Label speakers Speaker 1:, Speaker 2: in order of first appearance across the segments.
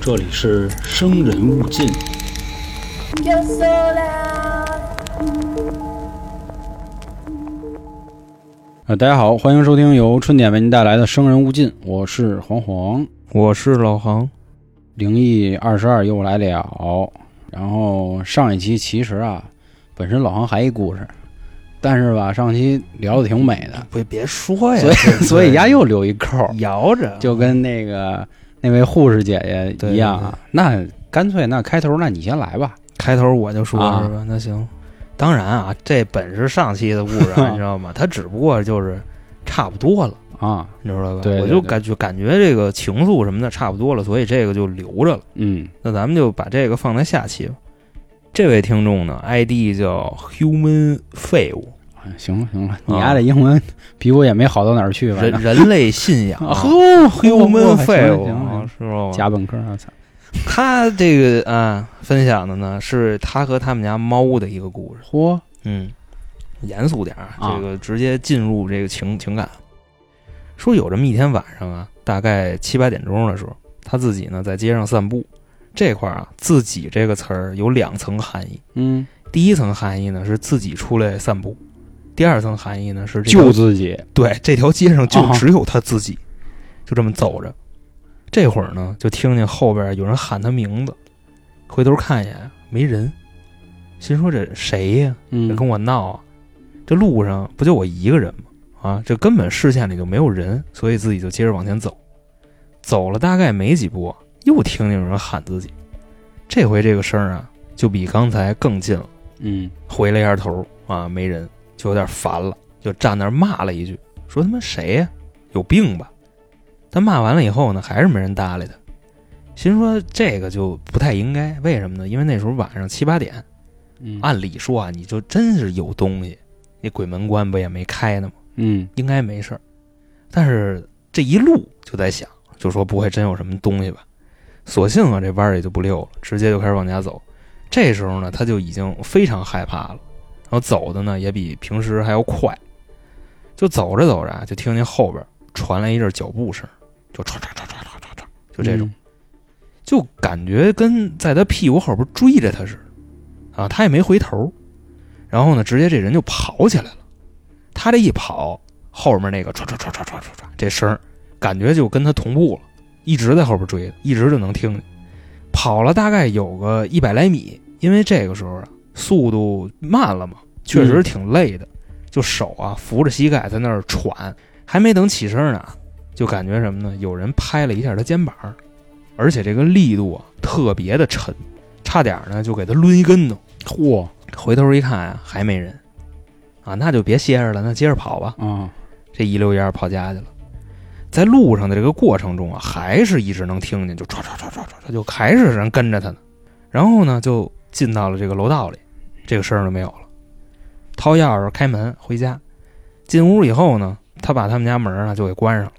Speaker 1: 这里是生人勿近。
Speaker 2: Yo sola,
Speaker 1: 呃，大家好，欢迎收听由春点为您带来的《生人勿近》，我是黄黄，
Speaker 3: 我是老航，
Speaker 1: 灵异二十二又来了。然后上一期其实啊，本身老航还一故事，但是吧，上期聊的挺美的，
Speaker 3: 别别说呀，
Speaker 1: 所以所以丫又留一扣儿，
Speaker 3: 摇着
Speaker 1: 就跟那个那位护士姐姐一样啊。那干脆那开头，那你先来吧。
Speaker 3: 开头我就说
Speaker 1: 啊
Speaker 3: 是吧，那行。当然啊，这本是上期的故事 啊，你知道吗？它只不过就是差不多了，
Speaker 1: 啊，
Speaker 3: 你知道吧？
Speaker 1: 对对
Speaker 3: 我就
Speaker 1: 对
Speaker 3: 感觉感觉这个情愫什么的差不多了，所以这个就留着了。
Speaker 1: 嗯
Speaker 3: 那咱们就把这个放在下期吧。这位听众呢，ID 叫 Human 废物，
Speaker 1: 哎行了行了，你丫的英文 比我也没好到哪儿去吧？
Speaker 3: 人人类信仰
Speaker 1: 啊
Speaker 3: ，Human 废物
Speaker 1: 行了行
Speaker 3: 啊
Speaker 1: 了，
Speaker 3: 是吧？
Speaker 1: 加本科啊，操！
Speaker 3: 他这个啊，分享的呢是他和他们家猫的一个故事。
Speaker 1: 嚯，
Speaker 3: 嗯，严肃点儿啊，
Speaker 1: 啊
Speaker 3: 这个直接进入这个情情感。说有这么一天晚上啊，大概七八点钟的时候，他自己呢在街上散步。这块儿啊，“自己”这个词儿有两层含义。
Speaker 1: 嗯，
Speaker 3: 第一层含义呢是自己出来散步，第二层含义呢是这条
Speaker 1: 救自己
Speaker 3: 对，这条街上就
Speaker 1: 啊
Speaker 3: 只有他自己，就这么走着。这会儿呢，就听见后边有人喊他名字，回头看一眼，没人，心说这谁呀、这
Speaker 1: 嗯
Speaker 3: 跟我闹啊！这路上不就我一个人吗？啊，这根本视线里就没有人，所以自己就接着往前走。走了大概没几步，啊又听见有人喊自己，这回这个声儿啊，就比刚才更近了。
Speaker 1: 嗯
Speaker 3: 回了一下头啊，没人，就有点烦了，就站那儿骂了一句，说他妈谁呀、有病吧？他骂完了以后呢，还是没人搭理他，心说这个就不太应该，为什么呢？因为那时候晚上七八点，
Speaker 1: 嗯
Speaker 3: 按理说啊，你就真是有东西，那鬼门关不也没开呢吗？
Speaker 1: 嗯
Speaker 3: 应该没事儿。但是这一路就在想，就说不会真有什么东西吧？索性啊，这弯儿也就不溜了，直接就开始往家走。这时候呢，他就已经非常害怕了，然后走的呢也比平时还要快。就走着走着啊，就听见后边传来一阵脚步声，就唰唰唰唰唰唰唰，就
Speaker 1: 嗯
Speaker 3: 这种，就感觉跟在他屁股后边追着他似的，啊，他也没回头，然后呢，直接这人就跑起来了。他这一跑，后面那个唰唰唰唰唰唰唰，这声儿感觉就跟他同步了，一直在后边追，一直就能听见。跑了大概有个一百来米，因为这个时候啊，速度慢了嘛，确实挺累的，就手啊扶着膝盖在那儿喘，还没等起身呢，就感觉什么呢？有人拍了一下他肩膀，而且这个力度啊特别的沉，差点呢就给他抡一跟头。
Speaker 1: 嗯嚯
Speaker 3: 回头一看啊，还没人，啊，那就别歇着了，那接着跑吧。
Speaker 1: 啊
Speaker 3: 这一溜烟儿跑家去了。在路上的这个过程中啊，还是一直能听见，就唰唰唰唰唰，就还是人跟着他呢。然后呢，就进到了这个楼道里，这个声儿就没有了。掏钥匙开门回家，进屋以后呢，他把他们家门儿呢就给关上了，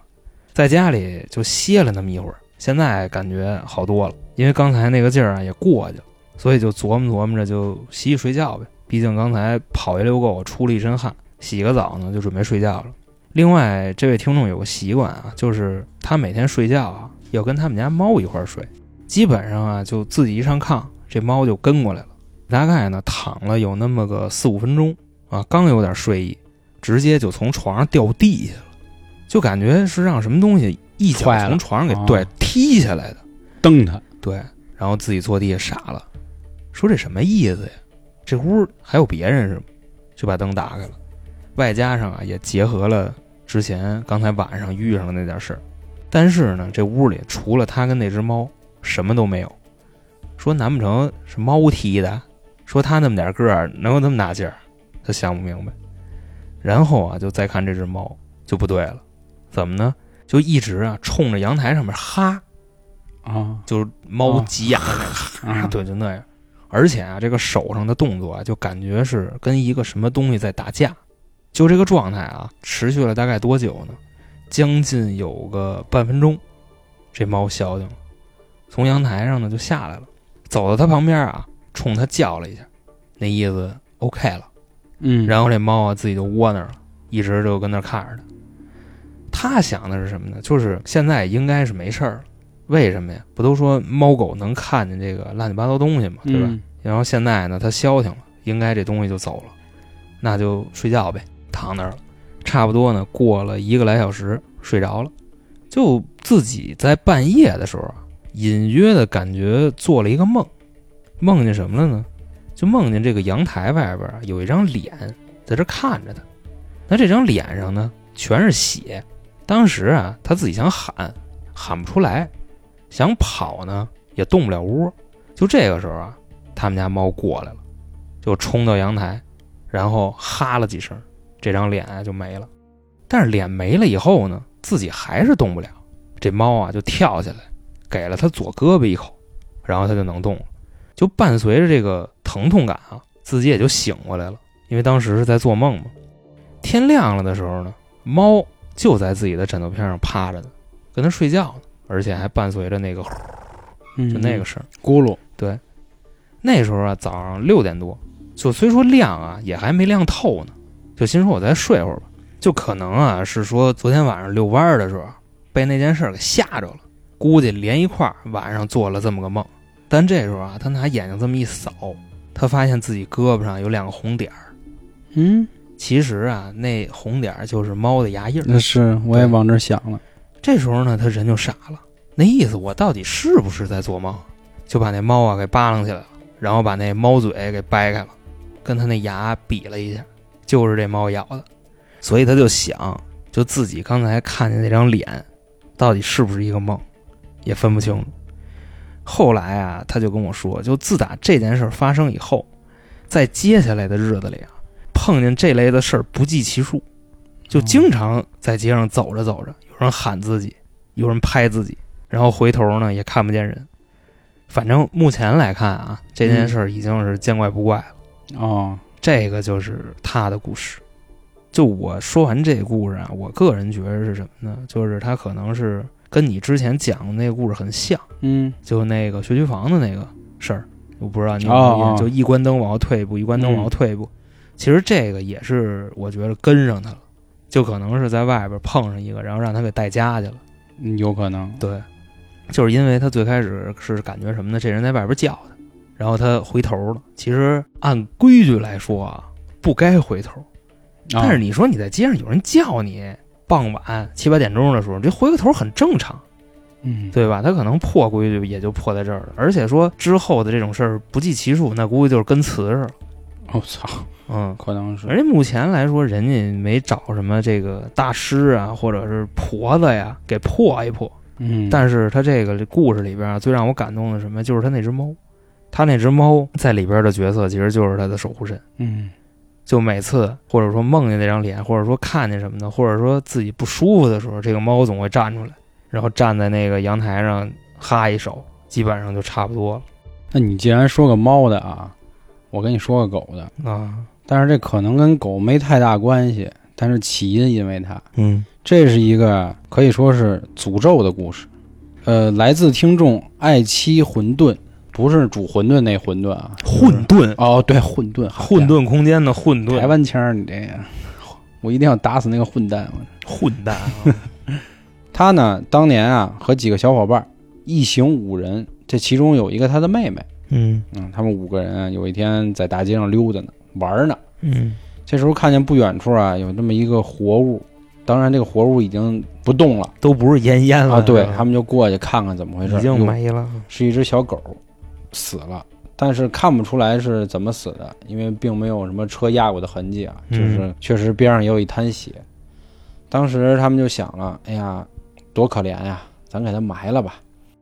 Speaker 3: 在家里就歇了那么一会儿。现在感觉好多了，因为刚才那个劲儿啊也过去了，所以就琢磨琢磨着就洗洗睡觉呗。毕竟刚才跑一溜够，出了一身汗，洗个澡呢就准备睡觉了。另外，这位听众有个习惯啊，就是他每天睡觉啊，要跟他们家猫一块儿睡。基本上啊，就自己一上炕，这猫就跟过来了。大概呢，躺了有那么个四五分钟啊，刚有点睡意，直接就从床上掉地下了，就感觉是让什么东西一脚
Speaker 1: 踹了
Speaker 3: 从床上给
Speaker 1: 啊
Speaker 3: 对踢下来的。
Speaker 1: 蹬他
Speaker 3: 对，然后自己坐地下傻了，说这什么意思呀？这屋还有别人是吗？就把灯打开了，外加上啊也结合了之前刚才晚上遇上的那点事儿，但是呢，这屋里除了他跟那只猫，什么都没有。说难不成是猫踢的？说他那么点个儿能有那么大劲儿？他想不明白。然后啊，就再看这只猫就不对了，怎么呢？就一直啊冲着阳台上面哈，
Speaker 1: 啊
Speaker 3: 就是猫急眼的那个啊，
Speaker 1: 啊
Speaker 3: 对，就那样。而且啊，这个手上的动作啊，就感觉是跟一个什么东西在打架，就这个状态啊，持续了大概多久呢？将近有个半分钟，这猫消停了，从阳台上呢就下来了，走到它旁边啊，冲它叫了一下，那意思 OK 了。
Speaker 1: 嗯，
Speaker 3: 然后这猫啊自己就窝那儿了，一直就跟那儿看着它。他想的是什么呢？就是现在应该是没事儿了，为什么呀？不都说猫狗能看见这个乱七八糟东西嘛，对吧？
Speaker 1: 嗯
Speaker 3: 然后现在呢，它消停了，应该这东西就走了，那就睡觉呗，躺那儿了。差不多呢，过了一个来小时，睡着了，就自己在半夜的时候啊，隐约的感觉做了一个梦，梦见什么了呢？就梦见这个阳台外边啊有一张脸在这看着他，那这张脸上呢全是血。当时啊，他自己想喊，喊不出来，想跑呢也动不了窝。就这个时候啊，他们家猫过来了，就冲到阳台，然后哈了几声，这张脸啊就没了。但是脸没了以后呢，自己还是动不了，这猫啊就跳起来，给了它左胳膊一口，然后它就能动了。就伴随着这个疼痛感啊，自己也就醒过来了，因为当时是在做梦嘛。天亮了的时候呢，猫就在自己的枕头边上趴着呢，跟它睡觉呢，而且还伴随着那个呼
Speaker 1: 嗯
Speaker 3: 就那个声。
Speaker 1: 咕噜，
Speaker 3: 那时候啊，早上六点多，就虽说亮啊，也还没亮透呢，就心说我再睡会儿吧。就可能啊，是说昨天晚上遛弯儿的时候被那件事儿给吓着了，估计连一块儿晚上做了这么个梦。但这时候啊，他拿眼睛这么一扫，他发现自己胳膊上有两个红点儿。
Speaker 1: 嗯，
Speaker 3: 其实啊，那红点儿就是猫的牙印儿。
Speaker 1: 那是我也往这儿想了，
Speaker 3: 这时候呢，他人就傻了，那意思我到底是不是在做梦？就把那猫啊给扒拉起来了，然后把那猫嘴给掰开了，跟他那牙比了一下，就是这猫咬的，所以他就想，就自己刚才看见那张脸，到底是不是一个梦，也分不清楚。后来啊，他就跟我说，就自打这件事儿发生以后，在接下来的日子里啊，碰见这类的事儿不计其数，就经常在街上走着走着，有人喊自己，有人拍自己，然后回头呢也看不见人。反正目前来看啊，这
Speaker 1: 嗯
Speaker 3: 件事儿已经是见怪不怪了。
Speaker 1: 哦，
Speaker 3: 这个就是他的故事。就我说完这故事啊，我个人觉得是什么呢？就是他可能是跟你之前讲的那个故事很像，
Speaker 1: 嗯，
Speaker 3: 就那个学区房的那个事儿，我不知道你有没有
Speaker 1: 哦
Speaker 3: 印象
Speaker 1: 哦嗯
Speaker 3: 就一关灯往后退一步，一关灯往后退一步。其实这个也是我觉得跟上他了，就可能是在外边碰上一个，然后让他给带家去了。
Speaker 1: 嗯有可能，
Speaker 3: 对，就是因为他最开始是感觉什么呢？这人在外边叫他，然后他回头了。其实按规矩来说啊，不该回头。但是
Speaker 1: 你
Speaker 3: 你说你在街上有人叫你，傍晚七八点钟的时候，这回个头很正常，
Speaker 1: 嗯，
Speaker 3: 对吧？他可能破规矩也就破在这儿了。而且说之后的这种事儿不计其数，那估计就是跟词似的。
Speaker 1: 我哦操，
Speaker 3: 嗯，
Speaker 1: 可能是
Speaker 3: 而且目前来说，人家没找什么这个大师啊，或者是婆子呀给破一破。
Speaker 1: 嗯，
Speaker 3: 但是他这个故事里边啊，最让我感动的是什么，就是他那只猫，他那只猫在里边的角色其实就是他的守护神。
Speaker 1: 嗯，
Speaker 3: 就每次或者说梦见那张脸，或者说看见什么的，或者说自己不舒服的时候，这个猫总会站出来，然后站在那个阳台上哈一手，基本上就差不多
Speaker 1: 那你既然说个猫的啊，我跟你说个狗的，
Speaker 3: 了啊。
Speaker 1: 但是这可能跟狗没太大关系，但是起因因为它，
Speaker 3: 嗯
Speaker 1: 这是一个可以说是诅咒的故事，呃，来自听众爱妻混沌，不是煮馄饨那馄饨啊，
Speaker 3: 混沌，
Speaker 1: 哦，对，混沌，好
Speaker 3: 混沌空间的混
Speaker 1: 台
Speaker 3: 沌，
Speaker 1: 湾腔儿，你这个，我一定要打死那个混蛋！我
Speaker 3: 混蛋啊！
Speaker 1: 他呢，当年啊，和几个小伙伴儿一行五人，这其中有一个他的妹妹，
Speaker 3: 嗯
Speaker 1: 嗯，他们五个人啊，有一天在大街上溜达呢，玩儿呢。
Speaker 3: 嗯
Speaker 1: 这时候看见不远处啊，有这么一个活物，当然这个活物已经不动了
Speaker 3: 都不是烟烟了
Speaker 1: 啊，对
Speaker 3: 是吧
Speaker 1: 他们就过去看看怎么回事，
Speaker 3: 嗯已经
Speaker 1: 哟
Speaker 3: 没了。
Speaker 1: 是一只小狗，死了，但是看不出来是怎么死的，因为并没有什么车压过的痕迹啊，
Speaker 3: 嗯
Speaker 1: 就是确实边上也有一滩血。当时他们就想了，哎呀，多可怜呀，咱给它埋了吧。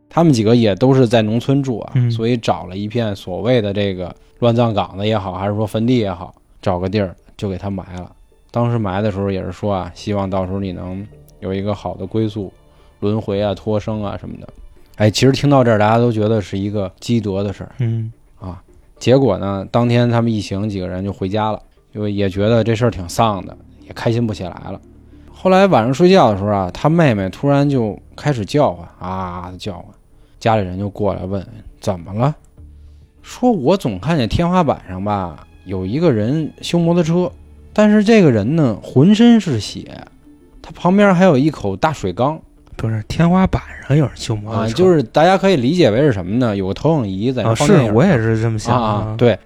Speaker 1: 他们几个也都是在农村住啊，
Speaker 3: 嗯
Speaker 1: 所以找了一片所谓的这个乱葬岗子也好，还是说坟地也好，找个地儿就给它埋了。当时埋的时候也是说啊，希望到时候你能有一个好的归宿，轮回啊、托生啊什么的。哎，其实听到这儿，大家都觉得是一个积德的事儿
Speaker 3: 嗯
Speaker 1: 啊。结果呢，当天他们一行几个人就回家了，就也觉得这事儿挺丧的，也开心不起来了。后来晚上睡觉的时候啊，他妹妹突然就开始叫唤啊地叫唤，家里人就过来问怎么了，说我总看见天花板上吧有一个人修摩托车，但是这个人呢浑身是血，他旁边还有一口大水缸，
Speaker 3: 不是天花板上有人修摩
Speaker 1: 啊，
Speaker 3: 托车，
Speaker 1: 就是大家可以理解为是什么呢？有个投影仪在那
Speaker 3: 啊，
Speaker 1: 放
Speaker 3: 是
Speaker 1: 电影
Speaker 3: 我也是这么
Speaker 1: 啊
Speaker 3: 想的
Speaker 1: 啊，，对，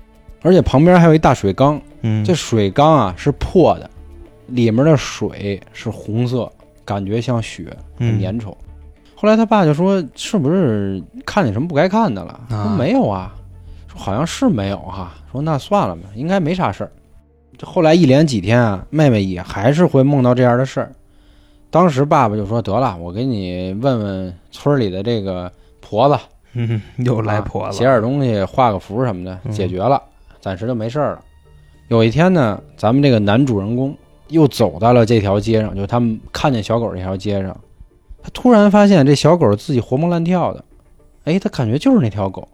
Speaker 1: 而且旁边还有一大水缸，
Speaker 3: 嗯，
Speaker 1: 这水缸啊是破的，里面的水是红色，感觉像血，很
Speaker 3: 嗯
Speaker 1: 粘稠。后来他爸就说：“是不是看见什么不该看的了？”
Speaker 3: 啊
Speaker 1: 说：“没有啊，说好像是没有哈、说：“那算了吧，应该没啥事儿。”这后来一连几天啊，妹妹也还是会梦到这样的事儿。当时爸爸就说：“得了，我给你问问村里的这个婆子，
Speaker 3: 嗯，又来
Speaker 1: 啊
Speaker 3: 婆
Speaker 1: 写
Speaker 3: 了，
Speaker 1: 点东西，画个符什么的，
Speaker 3: 嗯
Speaker 1: 解决了，暂时就没事儿了。有一天呢，咱们这个男主人公又走到了这条街上，就是他们看见小狗这条街上，他突然发现这小狗自己活蹦乱跳的，哎，他感觉就是那条狗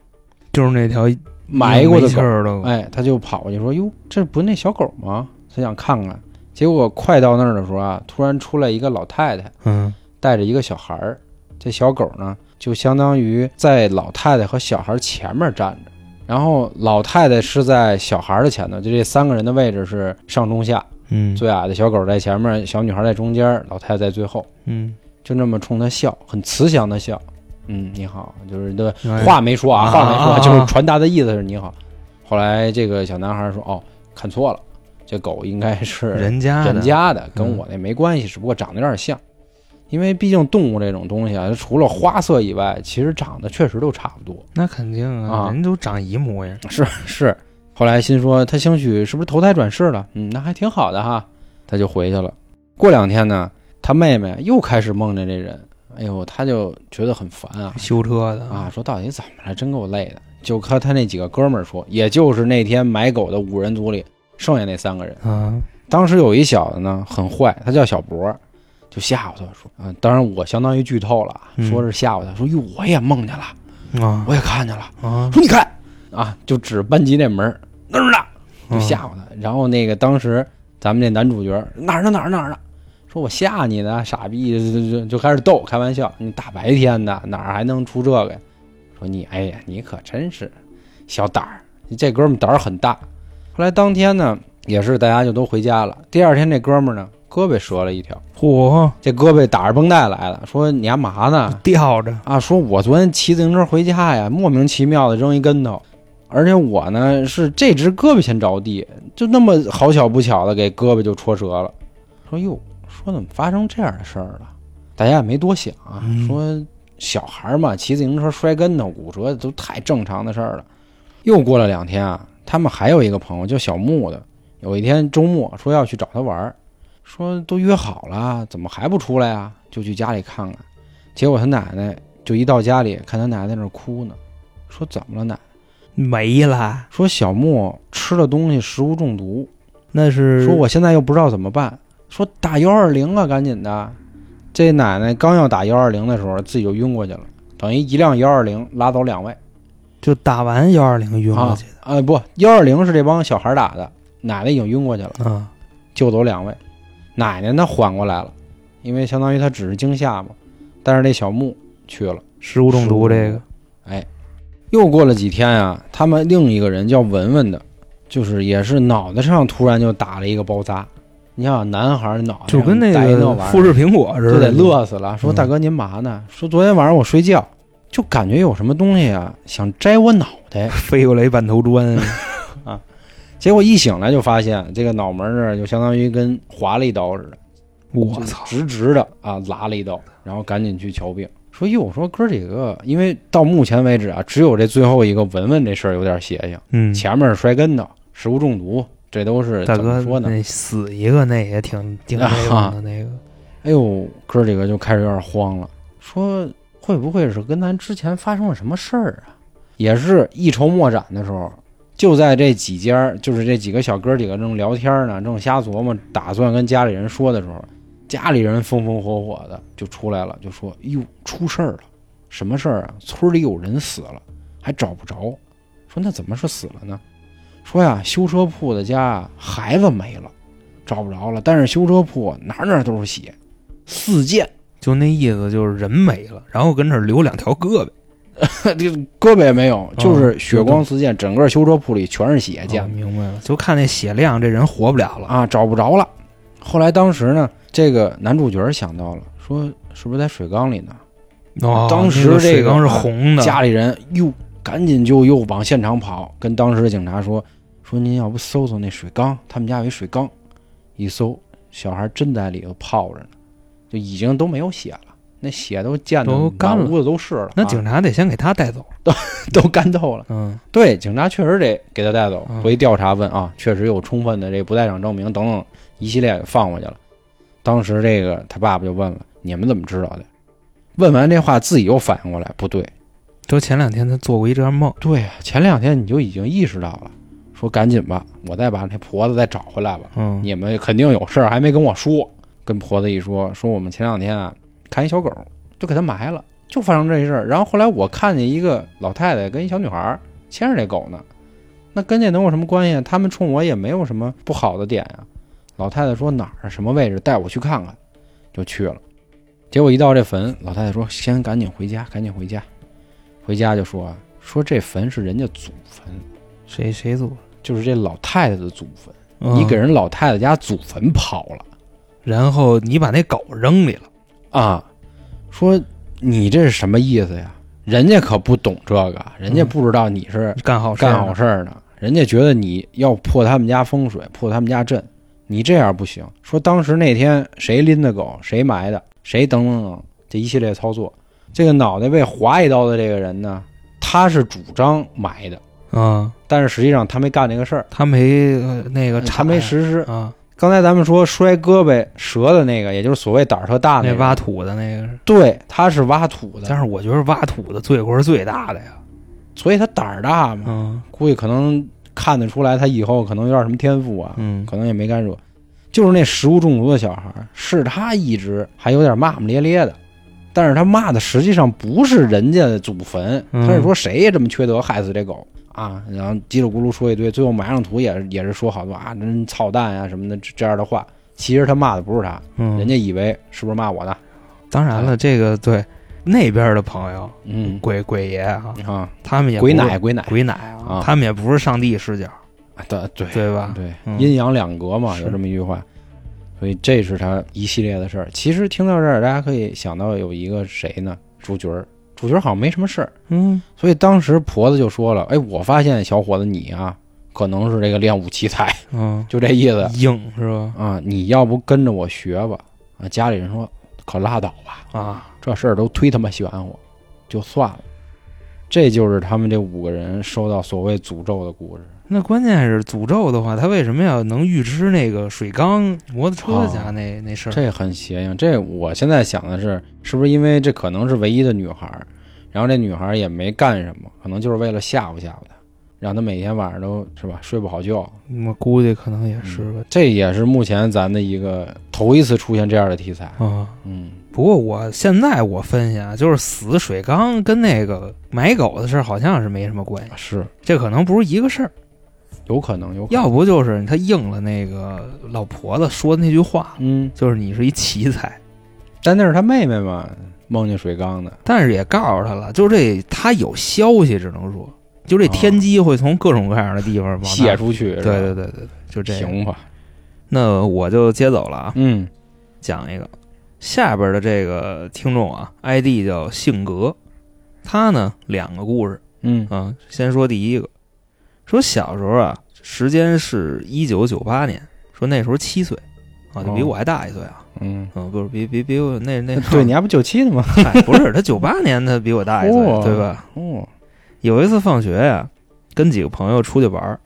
Speaker 3: 就是那条
Speaker 1: 埋过的
Speaker 3: 嗯没气
Speaker 1: 狗，
Speaker 3: 儿的狗，
Speaker 1: 哎，他就跑过去说：“哟，这不那小狗吗？”他想看看，结果快到那儿的时候啊，突然出来一个老太太。
Speaker 3: 嗯
Speaker 1: 带着一个小孩儿。这小狗呢，就相当于在老太太和小孩前面站着，然后老太太是在小孩的前头，就这三个人的位置是上中下，
Speaker 3: 嗯
Speaker 1: 最矮的小狗在前面，小女孩在中间，老太太在最后，
Speaker 3: 嗯，
Speaker 1: 就那么冲他笑，很慈祥的笑。嗯，你好，就是的
Speaker 3: 哎
Speaker 1: 话没说啊，
Speaker 3: 啊
Speaker 1: 话没说
Speaker 3: 啊
Speaker 1: 啊，
Speaker 3: 啊
Speaker 1: 就是传达的意思是你好。后来这个小男孩说：“哦，看错了，这狗应该是
Speaker 3: 人家的
Speaker 1: 人啊家的，
Speaker 3: 嗯
Speaker 1: 跟我那没关系，只不过长得有点像。因为毕竟动物这种东西啊，它除了花色以外，其实长得确实都差不多。
Speaker 3: 那肯定啊，
Speaker 1: 啊
Speaker 3: 人都长一模样，
Speaker 1: 是是。后来心说他兴许是不是投胎转世了？嗯，那还挺好的哈，他就回去了。过两天呢，他妹妹又开始梦见这人，哎呦，他就觉得很烦啊
Speaker 3: 修车的
Speaker 1: 啊，，说到底怎么了？真够累的。就和他那几个哥们儿说，也就是那天买狗的五人组里剩下那三个人。
Speaker 3: 啊，
Speaker 1: 当时有一小子呢，很坏，他叫小博，就吓唬他说：“嗯、当然我相当于剧透了啊，
Speaker 3: 嗯
Speaker 1: 说是吓唬他，说哟，我也梦见了，
Speaker 3: 啊
Speaker 1: 我也看见了，
Speaker 3: 啊，
Speaker 1: 说你看啊，就指班级那门儿那儿呢，就
Speaker 3: 啊
Speaker 1: 吓唬他。然后那个当时咱们这男主角哪儿呢哪儿呢哪儿呢，说我吓你呢，傻逼，就就就开始逗，开玩笑，你大白天的哪儿还能出这个呀？说你哎呀，你可真是小胆儿，你这哥们儿胆儿很大。后来当天呢，也是大家就都回家了。第二天这哥们儿呢，胳膊折了一条，
Speaker 3: 嚯，
Speaker 1: 这胳膊打着绷带来了，说你干嘛呢？
Speaker 3: 吊着，
Speaker 1: 啊，说我昨天骑自行车回家呀，莫名其妙的扔一跟头，而且我呢是这只胳膊先着地，就那么好巧不巧的给胳膊就戳折了。说哟，说怎么发生这样的事儿了？大家也没多想啊，
Speaker 3: 嗯
Speaker 1: 说小孩儿嘛，骑自行车摔跟头骨折都太正常的事儿了。又过了两天啊，他们还有一个朋友叫小木的，有一天周末说要去找他玩儿，说都约好了，怎么还不出来啊？就去家里看看。结果他奶奶就一到家里，看他奶奶在那儿哭呢，说怎么了奶？
Speaker 3: 没了，
Speaker 1: 说小木吃了东西食物中毒，
Speaker 3: 那是
Speaker 1: 说我现在又不知道怎么办，说打幺二零啊，赶紧的。这奶奶刚要打幺二零的时候，自己就晕过去了，等于一辆幺二零拉走两位
Speaker 3: 就打完幺二零晕过
Speaker 1: 啊
Speaker 3: 去
Speaker 1: 啊、不，幺二零是这帮小孩打的，奶奶已经晕过去了，
Speaker 3: 的啊，
Speaker 1: 救走两位，奶奶呢缓过来了，因为相当于她只是惊吓嘛，但是那小木去了。
Speaker 3: 食物中毒这个，
Speaker 1: 又过了几天啊，他们另一个人叫文文的，就是也是脑袋上突然就打了一个包扎。你想想，男孩儿脑袋
Speaker 3: 就跟那
Speaker 1: 上戴一
Speaker 3: 个
Speaker 1: 玩意
Speaker 3: 富
Speaker 1: 儿，
Speaker 3: 士苹果似
Speaker 1: 就
Speaker 3: 的，
Speaker 1: 得乐死了。说
Speaker 3: 嗯
Speaker 1: 大哥您嘛呢？说昨天晚上我睡觉就感觉有什么东西啊想摘我脑袋，
Speaker 3: 飞过来一板 头砖，
Speaker 1: 结果一醒来就发现这个脑门儿这儿啊就相当于跟划了一刀似的。
Speaker 3: 我操，
Speaker 1: 直直的啊，拉了一刀，然后赶紧去瞧病。说哟，我说哥几个，因为到目前为止啊，只有这最后一个文文这事儿有点邪性，
Speaker 3: 嗯，
Speaker 1: 前面是摔跟头、食物中毒，这都是
Speaker 3: 大
Speaker 1: 怎
Speaker 3: 哥
Speaker 1: 么说呢？
Speaker 3: 那死一个那 也挺挺那种的那个，
Speaker 1: 哎呦，哥几个就开始有点慌了，说会不会是跟咱之前发生了什么事儿啊？也是一筹莫展的时候，就在这几家儿，就是这几个小哥几个正聊天呢，正瞎琢磨，打算跟家里人说的时候，家里人风风火火的就出来了，就说：“哟，出事儿了！什么事儿啊？村里有人死了，还找不着。”说：“那怎么是死了呢？”说呀，修车铺的家孩子没了，找不着了。但是修车铺哪儿哪儿都是血，四溅，
Speaker 3: 就那意思就是人没了，然后跟这儿留两条胳膊，
Speaker 1: 这胳膊也没有，就是血光四溅，整个修车铺里全是血溅啊
Speaker 3: 啊明白了，就看那血量，这人活不了了，
Speaker 1: 啊，找不着了。后来当时呢，这个男主角想到了，说是不是在水缸里呢？
Speaker 3: 哦，
Speaker 1: 当时
Speaker 3: 那个
Speaker 1: 这
Speaker 3: 水
Speaker 1: 个
Speaker 3: 缸是红的，啊
Speaker 1: 家里人又赶紧就又往现场跑，跟当时的警察说说您要不搜搜那水缸，他们家有一水缸，一搜小孩真在里头泡着呢，就已经都没有血了，那血都溅的
Speaker 3: 都干了
Speaker 1: 满屋子都是了，
Speaker 3: 那
Speaker 1: 啊
Speaker 3: 警察得先给他带走。
Speaker 1: 都干透了。
Speaker 3: 嗯，
Speaker 1: 对，警察确实得给他带走
Speaker 3: 嗯，
Speaker 1: 回去调查问啊，确实有充分的这不在场证明等等一系列给放回去了。当时这个他爸爸就问了：“你们怎么知道的？”问完这话，自己又反应过来，不对，
Speaker 3: 就前两天他做过一这样梦，
Speaker 1: 对呀、前两天你就已经意识到了，说赶紧吧，我再把那婆子再找回来吧。
Speaker 3: 嗯，
Speaker 1: 你们肯定有事儿还没跟我说。跟婆子一说，说我们前两天啊看一小狗，就给它埋了，就发生这事儿。然后后来我看见一个老太太跟一小女孩儿牵着这狗呢，那跟这能有什么关系啊？他们冲我也没有什么不好的点呀、老太太说哪儿啊什么位置，带我去看看，就去了。结果一到这坟，老太太说先赶紧回家，赶紧回家。回家就说啊说这坟是人家祖坟，
Speaker 3: 谁谁做？
Speaker 1: 就是这老太太的祖坟，你
Speaker 3: 嗯
Speaker 1: 给人老太太家祖坟刨了。
Speaker 3: 然后你把那狗扔里了，
Speaker 1: 啊，说你这是什么意思呀？人家可不懂这个，人家不知道你是
Speaker 3: 干嗯好事儿
Speaker 1: 干好事儿呢，人家觉得你要破他们家风水，破他们家阵，你这样不行。说当时那天谁拎的狗，谁埋的，谁等等等，这一系列操作，这个脑袋被划一刀的这个人呢，他是主张埋的，
Speaker 3: 啊，
Speaker 1: 但是实际上他没干这个事儿，
Speaker 3: 他没呃那个
Speaker 1: 他
Speaker 3: 铲
Speaker 1: 没实施。
Speaker 3: 啊，
Speaker 1: 刚才咱们说摔胳膊折的那个，也就是所谓胆儿特大那
Speaker 3: 那
Speaker 1: 个
Speaker 3: 挖，土的那个是，
Speaker 1: 对，他是挖土的
Speaker 3: 但，是我觉得挖土的罪过是最大的呀，
Speaker 1: 所以他胆儿大嘛，
Speaker 3: 嗯
Speaker 1: 估计可能看得出来他以后可能有点什么天赋啊，
Speaker 3: 嗯
Speaker 1: 可能也没干惹。就是那食物中毒的小孩儿，是他一直还有点骂骂咧咧的，但是他骂的实际上不是人家的祖坟，
Speaker 3: 嗯
Speaker 1: 他是说谁也这么缺德，害死这狗啊，然后叽里咕噜说一堆，最后埋上土也是也是说好多啊，真操蛋啊什么的这这样的话。其实他骂的不是他，
Speaker 3: 嗯，
Speaker 1: 人家以为是不是骂我呢？
Speaker 3: 当然
Speaker 1: 哎
Speaker 3: 了，这个对那边的朋友
Speaker 1: 嗯
Speaker 3: 鬼鬼爷啊，
Speaker 1: 啊，
Speaker 3: 他们也不
Speaker 1: 鬼
Speaker 3: 是
Speaker 1: 奶鬼奶
Speaker 3: 鬼奶
Speaker 1: 啊
Speaker 3: 啊，他们也不是上帝视角，
Speaker 1: 啊，对对
Speaker 3: 对吧？
Speaker 1: 对，
Speaker 3: 嗯
Speaker 1: 阴阳两隔嘛，
Speaker 3: 是
Speaker 1: 有这么一句话。所以这是他一系列的事儿。其实听到这儿，大家可以想到有一个谁呢？主角儿，主角儿好像没什么事儿。
Speaker 3: 嗯，
Speaker 1: 所以当时婆子就说了：“哎，我发现小伙子你啊，可能是这个练武奇才，
Speaker 3: 嗯，
Speaker 1: 就这意思
Speaker 3: 硬是吧？
Speaker 1: 啊。你要不跟着我学吧？”啊，家里人说：“可拉倒吧，
Speaker 3: 啊，
Speaker 1: 这事儿都忒他妈玄乎，就算了。”这就是他们这五个人受到所谓诅咒的故事。
Speaker 3: 那关键是诅咒的话，他为什么要能预知那个水缸摩托车
Speaker 1: 啊
Speaker 3: 家那、那事儿？
Speaker 1: 这很邪性。这我现在想的是，是不是因为这可能是唯一的女孩儿，然后这女孩儿也没干什么，可能就是为了吓唬吓唬她，让她每天晚上都是吧睡不好觉。
Speaker 3: 我估计可能也是吧。
Speaker 1: 这也是目前咱的一个头一次出现这样的题材。
Speaker 3: 啊，
Speaker 1: 嗯，
Speaker 3: 不过我现在我分析啊，就是死水缸跟那个买狗的事儿好像是没什么关系，
Speaker 1: 是
Speaker 3: 这可能不是一个事儿。
Speaker 1: 有可能，有可能
Speaker 3: 要不就是他应了那个老婆子说的那句话，
Speaker 1: 嗯，
Speaker 3: 就是你是一奇才，
Speaker 1: 但那是她妹妹嘛，梦见水缸的。
Speaker 3: 但是也告诉他了，就是这他有消息，只能说就这天机会从各种各样的地方往
Speaker 1: 泄
Speaker 3: 那。
Speaker 1: 出去，
Speaker 3: 对
Speaker 1: 是吧
Speaker 3: 对对对对，就这样。
Speaker 1: 行吧，
Speaker 3: 那我就接走了啊，
Speaker 1: 嗯，
Speaker 3: 讲一个下边的这个听众啊，ID 叫性格，他呢两个故事。
Speaker 1: 嗯
Speaker 3: 啊，先说第一个，说小时候啊，时间是一九九八年，说那时候七岁，啊，就比
Speaker 1: 哦
Speaker 3: 我还大一岁啊，
Speaker 1: 嗯，
Speaker 3: 嗯，不是，比比比我那那
Speaker 1: 对，你还不九七的吗？
Speaker 3: 嗨哎不是他九八年他比我大一岁，
Speaker 1: 哦
Speaker 3: 对吧？
Speaker 1: 哦，
Speaker 3: 有一次放学呀、跟几个朋友出去玩儿，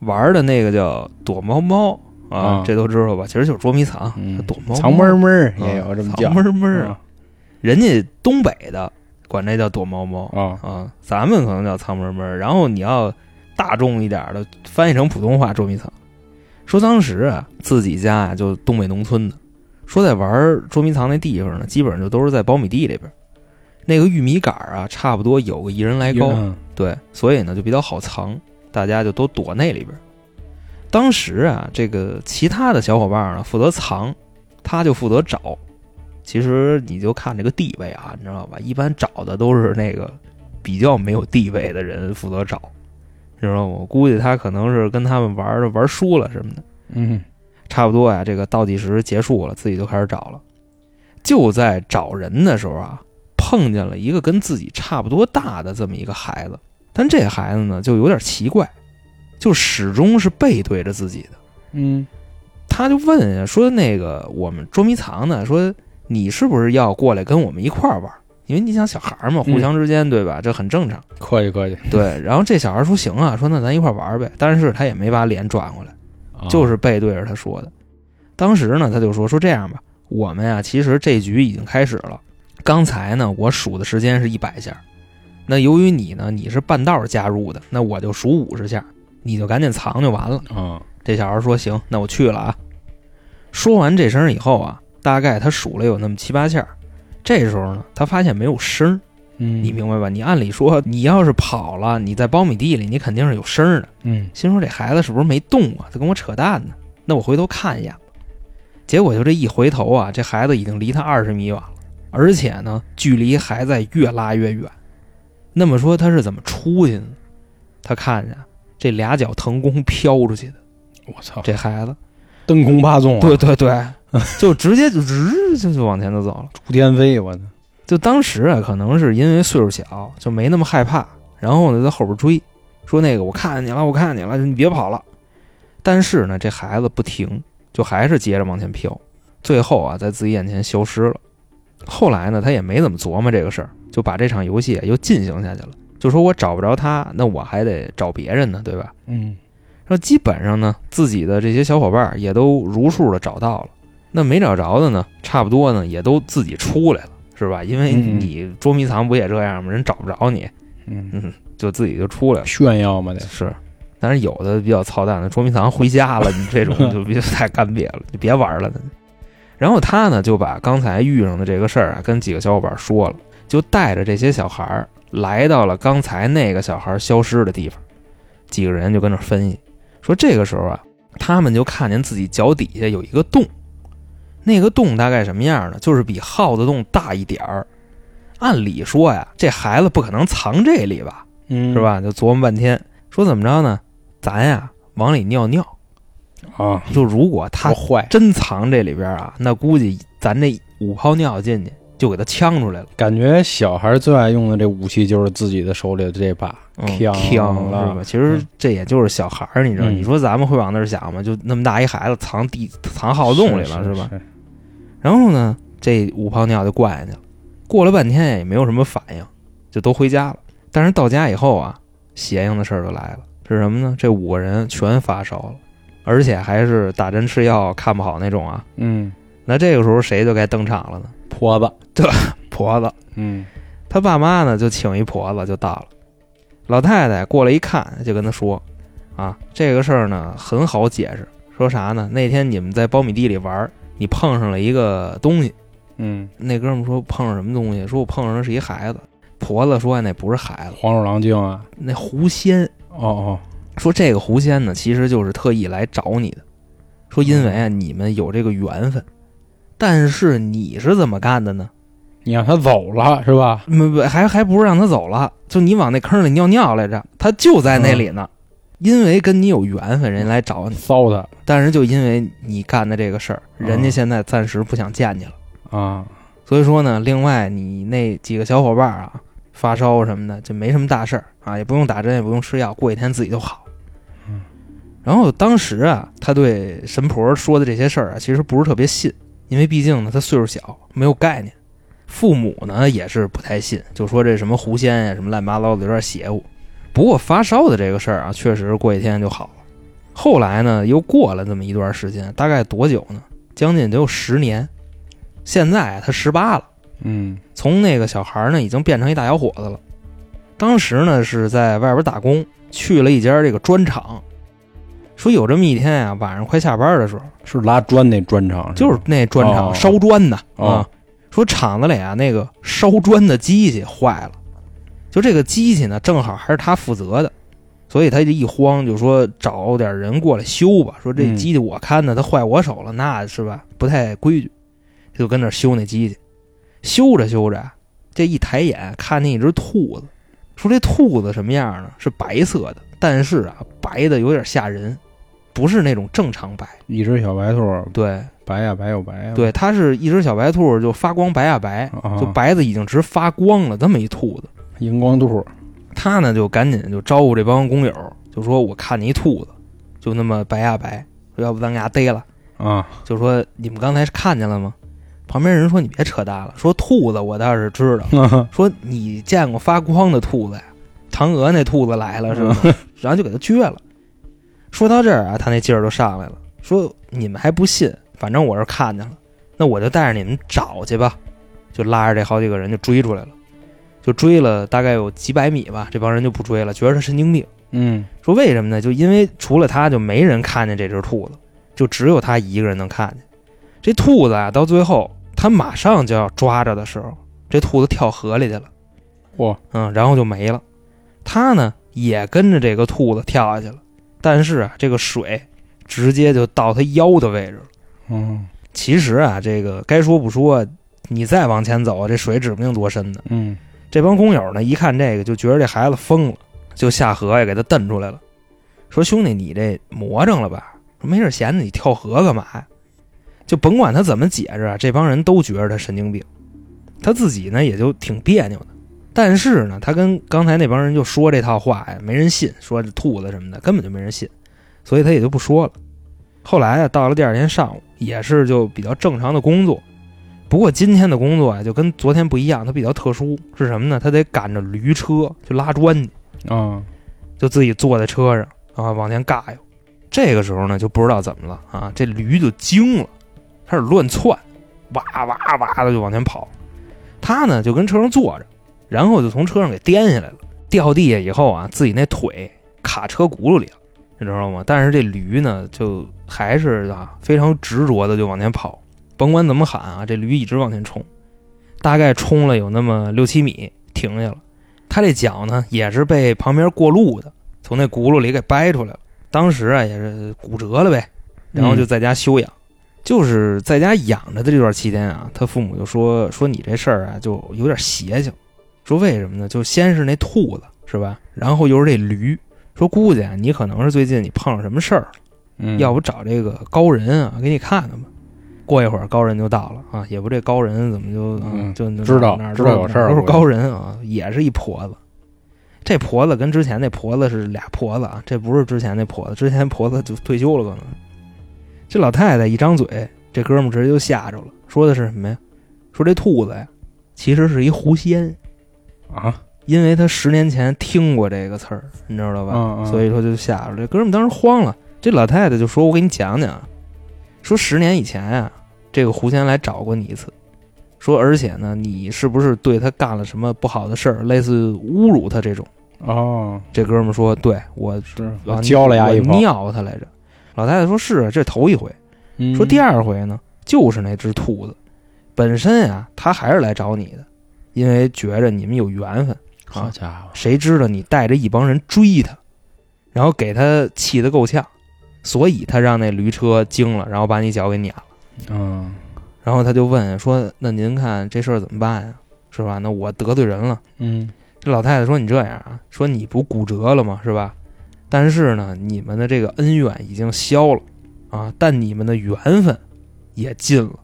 Speaker 3: 玩儿的那个叫躲猫猫啊，
Speaker 1: 啊
Speaker 3: 这都知道吧？其实就是捉迷藏，
Speaker 1: 嗯
Speaker 3: 躲猫猫
Speaker 1: 藏闷儿闷儿
Speaker 3: 啊
Speaker 1: 也有这么叫
Speaker 3: 藏闷儿闷儿
Speaker 1: 啊
Speaker 3: 啊，人家东北的管这叫躲猫猫
Speaker 1: 啊，
Speaker 3: 啊，咱们可能叫藏门门儿，然后你要大众一点儿的翻译成普通话捉迷藏。说当时啊，自己家啊就东北农村的，说在玩儿捉迷藏那地方呢，基本上就都是在苞米地里边儿，那个玉米杆儿啊，差不多有个一人来哎高，
Speaker 1: 嗯
Speaker 3: 对，所以呢就比较好藏，大家就都躲那里边儿。当时啊，这个其他的小伙伴儿呢负责藏，他就负责找。其实你就看这个地位啊，你知道吧？一般找的都是那个比较没有地位的人负责找，你知道吗？我估计他可能是跟他们玩儿的玩输了什么的。
Speaker 1: 嗯
Speaker 3: 差不多呀、这个倒计时结束了，自己就开始找了。就在找人的时候啊，碰见了一个跟自己差不多大的这么一个孩子，但这孩子呢就有点奇怪，就始终是背对着自己的。
Speaker 1: 嗯
Speaker 3: 他就问呀，说那个我们捉迷藏呢，说你是不是要过来跟我们一块儿玩？因为你想小孩儿嘛，
Speaker 1: 嗯
Speaker 3: 互相之间、对吧？这很正常。
Speaker 1: 客气客气，
Speaker 3: 对，然后这小孩儿说行啊，说那咱一块儿玩儿呗。但是他也没把脸转过来，
Speaker 1: 啊
Speaker 3: 就是背对着他说的。当时呢，他就说说这样吧，我们呀、其实这局已经开始了。刚才呢，我数的时间是一百下，那由于你呢，你是半道儿加入的，那我就数五十下，你就赶紧藏就完了。
Speaker 1: 啊
Speaker 3: 这小孩说：“行，那我去了啊。”说完这声以后啊，大概他数了有那么七八下儿。这时候呢，他发现没有声儿，
Speaker 1: 嗯，
Speaker 3: 你明白吧？你按理说，你要是跑了，你在苞米地里，你肯定是有声儿的。
Speaker 1: 嗯
Speaker 3: 心说这孩子是不是没动啊？在跟我扯淡呢？那我回头看一眼吧。结果就这一回头啊，这孩子已经离他二十米远了，而且呢，距离还在越拉越远。那么说他是怎么出去呢？他看见啊这俩脚腾空飘出去的，
Speaker 1: 我操，
Speaker 3: 这孩子。
Speaker 1: 登空八纵啊，
Speaker 3: 对对对，就直接就直就就往前就走了。
Speaker 1: 出天飞，我操，
Speaker 3: 就当时啊，可能是因为岁数小，就没那么害怕。然后呢，在后边追，说那个我看见你了，我看见你了，你别跑了。但是呢，这孩子不停，就还是接着往前飘，最后啊，在自己眼前消失了。后来呢，他也没怎么琢磨这个事儿，就把这场游戏啊又进行下去了。就说我找不着他，那我还得找别人呢，对吧？
Speaker 1: 嗯
Speaker 3: 那基本上呢，自己的这些小伙伴儿也都如数的找到了。那没找着的呢，差不多呢也都自己出来了，是吧？因为
Speaker 1: 嗯嗯
Speaker 3: 你捉迷藏不也这样吗？人找不着你，
Speaker 1: 嗯，
Speaker 3: 嗯，就自己就出来了。
Speaker 1: 炫耀嘛得，
Speaker 3: 是，但是有的比较操蛋的，捉迷藏回家了，你这种就别太干瘪了，就别玩了。然后他呢就把刚才遇上的这个事儿啊，跟几个小伙伴说了，就带着这些小孩儿来到了刚才那个小孩儿消失的地方。几个人就跟那儿分析，说这个时候啊，他们就看见自己脚底下有一个洞，那个洞大概什么样呢？就是比耗子洞大一点儿。按理说呀，这孩子不可能藏这里吧？
Speaker 1: 嗯
Speaker 3: 是？吧？就琢磨半天，说怎么着呢？咱呀往里尿尿，
Speaker 1: 啊，
Speaker 3: 就如果他
Speaker 1: 多坏，
Speaker 3: 真藏这里边啊，那估计咱这五泡尿进去就给他呛出来了，
Speaker 1: 感觉小孩最爱用的这武器就是自己的手里的这把，嗯呛
Speaker 3: 呛
Speaker 1: 了
Speaker 3: 是吧？其实这也就是小孩儿，你知道？
Speaker 1: 嗯
Speaker 3: 你说咱们会往那儿想吗？就那么大一孩子藏地藏耗洞里了，
Speaker 1: 是
Speaker 3: 吧？？然后呢，这五泡尿就灌下去了，过了半天也没有什么反应，就都回家了。但是到家以后啊，邪性的事儿就来了，是什么呢？这五个人全发烧了，而且还是打针吃药看不好那种啊。
Speaker 1: 嗯，
Speaker 3: 那这个时候谁就该登场了呢？
Speaker 1: 婆子，
Speaker 3: 婆子，
Speaker 1: 嗯
Speaker 3: 他爸妈呢就请一婆子就到了。老太太过来一看，就跟他说：“啊，这个事儿呢很好解释，说啥呢？那天你们在苞米地里玩儿，你碰上了一个东西。”
Speaker 1: 嗯，
Speaker 3: 那哥们儿说碰上什么东西？说我碰上的是一孩子。婆子说那不是孩子，
Speaker 1: 黄鼠狼精啊，
Speaker 3: 那狐仙。
Speaker 1: 哦
Speaker 3: 说这个狐仙呢，其实就是特意来找你的。说因为啊，你们有这个缘分，但是你是怎么干的呢？
Speaker 1: 哦，你让他走了是吧？
Speaker 3: 没没还还不是让他走了，就你往那坑里尿尿来着，他就在那里呢。因为跟你有缘分，人来找你，
Speaker 1: 骚他
Speaker 3: 但是就因为你干的这个事儿，人家现在暂时不想见你了。
Speaker 1: 啊，
Speaker 3: 所以说呢，另外你那几个小伙伴啊，发烧什么的，就没什么大事儿啊，也不用打针，也不用吃药，过几天自己就好。
Speaker 1: 嗯。
Speaker 3: 然后当时啊，他对神婆说的这些事儿啊，其实不是特别信，因为毕竟呢，他岁数小，没有概念。父母呢也是不太信，就说这什么狐仙呀、什么乱七八糟的，有点邪乎。不过发烧的这个事儿啊，确实过几天就好了。后来呢，又过了这么一段时间，大概多久呢？将近得有十年。现在啊他十八了。
Speaker 1: 嗯
Speaker 3: 从那个小孩儿呢，已经变成一大小伙子了。当时呢是在外边打工，去了一家这个砖厂。说有这么一天啊，晚上快下班的时候，
Speaker 1: 是拉砖那砖厂，
Speaker 3: 就是那砖厂、
Speaker 1: 哦
Speaker 3: 烧砖的、
Speaker 1: 哦
Speaker 3: 啊，说厂子里啊那个烧砖的机器坏了，就这个机器呢正好还是他负责的，所以他这一慌就说找点人过来修吧，说这
Speaker 1: 嗯
Speaker 3: 机器我看的它坏我手了，那是吧不太规矩，就跟那儿修那机器，修着修着啊这一抬眼看见一只兔子，说这兔子什么样呢？是白色的，但是啊白的有点吓人，不是那种正常白。
Speaker 1: 一只小白兔，
Speaker 3: 对，
Speaker 1: 白呀白又白呀，
Speaker 3: 对，它是一只小白兔，就发光白呀白，
Speaker 1: 啊，
Speaker 3: 就白的已经直发光了，这么一兔子。
Speaker 1: 荧光兔，
Speaker 3: 他呢就赶紧就招呼这帮工友，就说我看你一兔子，就那么白呀白，说要不咱给它逮了。
Speaker 1: 啊
Speaker 3: 就说你们刚才看见了吗？旁边人说你别扯淡了，说兔子我倒是知道，说你见过发光的兔子呀？嫦娥那兔子来了是吗？然后就给它撅了。说到这儿啊，他那劲儿就上来了，说你们还不信，反正我是看见了，那我就带着你们找去吧。就拉着这好几个人就追出来了，就追了大概有几百米吧，这帮人就不追了，觉得他神经病。
Speaker 1: 嗯
Speaker 3: 说为什么呢？就因为除了他，就没人看见这只兔子，就只有他一个人能看见。这兔子啊，到最后他马上就要抓着的时候，这兔子跳河里去了，
Speaker 1: 嚯，
Speaker 3: 嗯，然后就没了。他呢也跟着这个兔子跳下去了，但是啊，这个水直接就到他腰的位置了。
Speaker 1: 嗯
Speaker 3: 其实啊，这个该说不说，你再往前走，啊这水指不定多深呢。
Speaker 1: 嗯
Speaker 3: 这帮工友呢，一看这个就觉得这孩子疯了，就下河也给他蹬出来了，说兄弟，你这魔怔了吧？说没事闲着你跳河干嘛呀？就甭管他怎么解释啊，这帮人都觉得他神经病，他自己呢也就挺别扭的。但是呢，他跟刚才那帮人就说这套话呀，没人信，说这兔子什么的根本就没人信，所以他也就不说了。后来啊，到了第二天上午，也是就比较正常的工作，不过今天的工作啊，就跟昨天不一样，它比较特殊，是什么呢？他得赶着驴车去拉砖去，
Speaker 1: 啊
Speaker 3: 就自己坐在车上啊往前尬悠。这个时候呢，就不知道怎么了啊，这驴就惊了，开始乱窜，哇哇哇的就往前跑。他呢就跟车上坐着，然后就从车上给颠下来了，掉地下以后啊，自己那腿卡车轱辘里了，你知道吗？但是这驴呢，就还是啊非常执着的就往前跑，甭管怎么喊啊，这驴一直往前冲，大概冲了有那么六七米，停下了。他这脚呢也是被旁边过路的从那轱辘里给掰出来了，当时啊也是骨折了呗，然
Speaker 1: 嗯
Speaker 3: 后就在家休养。就是在家养着的这段期间啊，他父母就说说你这事儿啊就有点邪性，说为什么呢？就先是那兔子是吧，然后又是这驴，说估计啊你可能是最近你碰上什么事儿了。
Speaker 1: 嗯，
Speaker 3: 要不找这个高人啊，给你看看吧。过一会儿高人就到了啊，也不这高人怎么就、啊
Speaker 1: 嗯
Speaker 3: 就就
Speaker 1: 知道
Speaker 3: 哪儿
Speaker 1: 知道有事儿
Speaker 3: 都
Speaker 1: 我
Speaker 3: 是
Speaker 1: 觉得
Speaker 3: 高人啊，也是一婆子。这婆子跟之前那婆子是俩婆子啊，这不是之前那婆子，之前婆子就退休了可能。这老太太一张嘴，这哥们儿直接就吓着了，说的是什么呀？说这兔子呀，其实是一狐仙，
Speaker 1: 啊
Speaker 3: 因为他十年前听过这个词儿，你知道吧？
Speaker 1: 嗯嗯
Speaker 3: 所以说就吓着了这哥们儿当时慌了。这老太太就说：“我给你讲讲，啊，说十年以前啊，这个狐仙来找过你一次，说而且呢，你是不是对他干了什么不好的事儿，类似侮辱他这种
Speaker 1: 哦？”
Speaker 3: 这哥们儿说：“对我，
Speaker 1: 是
Speaker 3: 啊
Speaker 1: 我教了呀一
Speaker 3: 我
Speaker 1: 炮，
Speaker 3: 尿他来着。”老太太说：“是啊，这是头一回。
Speaker 1: 嗯
Speaker 3: 说第二回呢，就是那只兔子，本身啊，他还是来找你的，因为觉着你们有缘分。”
Speaker 1: 好家伙，
Speaker 3: 谁知道你带着一帮人追他，然后给他气得够呛，所以他让那驴车惊了，然后把你脚给碾了。
Speaker 1: 嗯
Speaker 3: 然后他就问说：“那您看这事儿怎么办呀？是吧？那我得罪人了。
Speaker 1: 嗯”
Speaker 3: 这老太太说：“你这样啊，说你不骨折了吗？是吧？但是呢，你们的这个恩怨已经消了啊，但你们的缘分也尽了，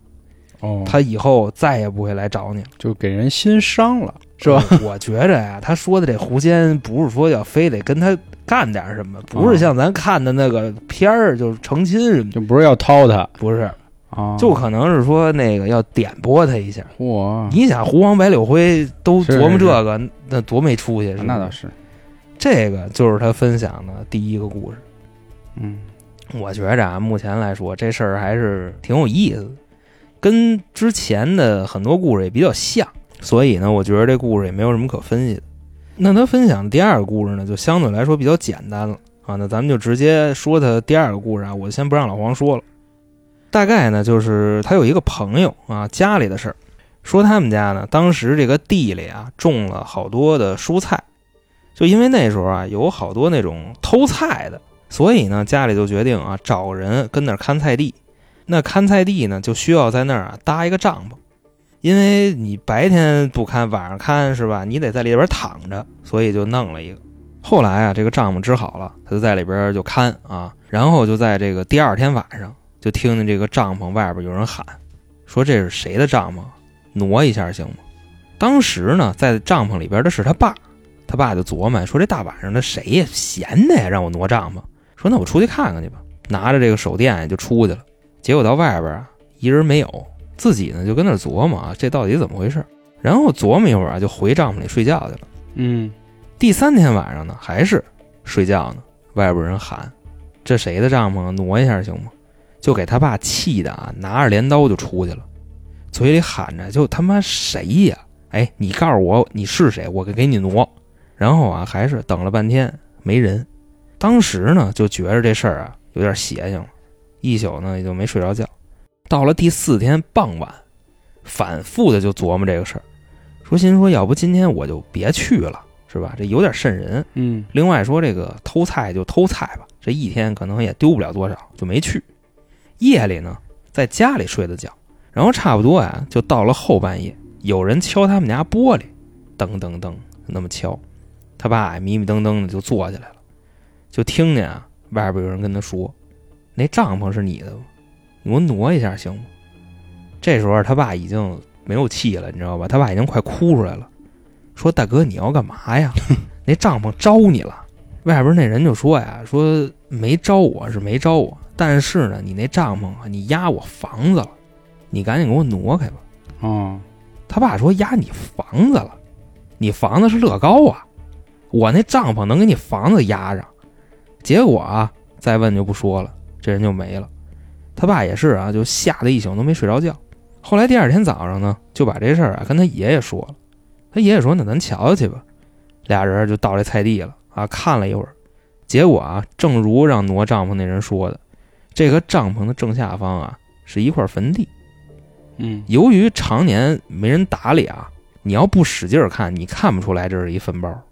Speaker 1: 哦，
Speaker 3: 他以后再也不会来找你了。”
Speaker 1: 就给人心伤了，是吧？
Speaker 3: 嗯我？我觉着呀、他说的这狐仙不是说要非得跟他干点什
Speaker 1: 啊
Speaker 3: 么，不是像咱看的那个片儿，就是成亲什么的，
Speaker 1: 就不是要掏他
Speaker 3: 不是，
Speaker 1: 啊，
Speaker 3: 就可能是说那个要点拨他一下。
Speaker 1: 我
Speaker 3: 你想，狐王白柳灰都
Speaker 1: 啊是
Speaker 3: 琢磨
Speaker 1: 是
Speaker 3: 这个，那多没出息！是
Speaker 1: 那
Speaker 3: 吧
Speaker 1: 倒是，
Speaker 3: 这个就是他分享的第一个故事。
Speaker 1: 嗯
Speaker 3: 我觉着啊，目前来说这事儿还是挺有意思的，跟之前的很多故事也比较像，所以呢，我觉得这故事也没有什么可分析的。那他分享的第二个故事呢，就相对来说比较简单了啊。那咱们就直接说他第二个故事啊，我就先不让老黄说了。大概呢，就是他有一个朋友啊，家里的事儿，说他们家呢，当时这个地里啊种了好多的蔬菜，就因为那时候啊有好多那种偷菜的。所以呢，家里就决定啊，找人跟那儿看菜地。那看菜地呢，就需要在那儿啊搭一个帐篷，因为你白天不看，晚上看是吧？你得在里边躺着，所以就弄了一个。后来啊，这个帐篷支好了，他就在里边就看啊，然后就在这个第二天晚上，就听见这个帐篷外边有人喊，说这是谁的帐篷？挪一下行吗？当时呢，在帐篷里边的是他爸，他爸就琢磨说这大晚上的谁呀闲的呀，让我挪帐篷。说那我出去看看去吧，拿着这个手电就出去了。结果到外边啊，一人没有，自己呢就跟那儿琢磨啊，这到底怎么回事？然后琢磨一会儿啊，就回帐篷里睡觉去了。
Speaker 1: 嗯，
Speaker 3: 第三天晚上呢，还是睡觉呢，外边人喊：“这谁的帐篷啊？挪一下行吗？”就给他爸气的啊，拿着镰刀就出去了，嘴里喊着：“就他妈谁呀？哎，你告诉我你是谁，我给给你挪。”然后啊，还是等了半天没人。当时呢，就觉着这事儿啊有点邪性了，一宿呢也就没睡着觉。到了第四天傍晚，反复的就琢磨这个事儿，说心说要不今天我就别去了，是吧？这有点瘆人。
Speaker 1: 嗯，
Speaker 3: 另外说这个偷菜就偷菜吧，这一天可能也丢不了多少，就没去。夜里呢，在家里睡的觉，然后差不多啊，就到了后半夜，有人敲他们家玻璃，噔噔噔那么敲，他爸呀迷迷瞪瞪的就坐起来了，就听见啊外边有人跟他说：“那帐篷是你的吗？你给我挪一下行吗？”这时候他爸已经没有气了，你知道吧？他爸已经快哭出来了，说：“大哥，你要干嘛呀？那帐篷招你了。”外边那人就说呀：“说没招我是没招我，但是呢，你那帐篷啊，你压我房子了，你赶紧给我挪开吧。”
Speaker 1: 哦，
Speaker 3: 他爸说：“压你房子了，你房子是乐高啊，我那帐篷能给你房子压上。”结果啊，再问就不说了，这人就没了。他爸也是啊，就吓得一宿都没睡着觉。后来第二天早上呢，就把这事儿啊跟他爷爷说了。他爷爷说：“那咱瞧瞧去吧。”俩人就到这菜地了啊，看了一会儿，结果啊，正如让挪帐篷那人说的，这个帐篷的正下方啊是一块坟地。
Speaker 1: 嗯，
Speaker 3: 由于常年没人打理啊，你要不使劲儿看，你看不出来这是一坟包，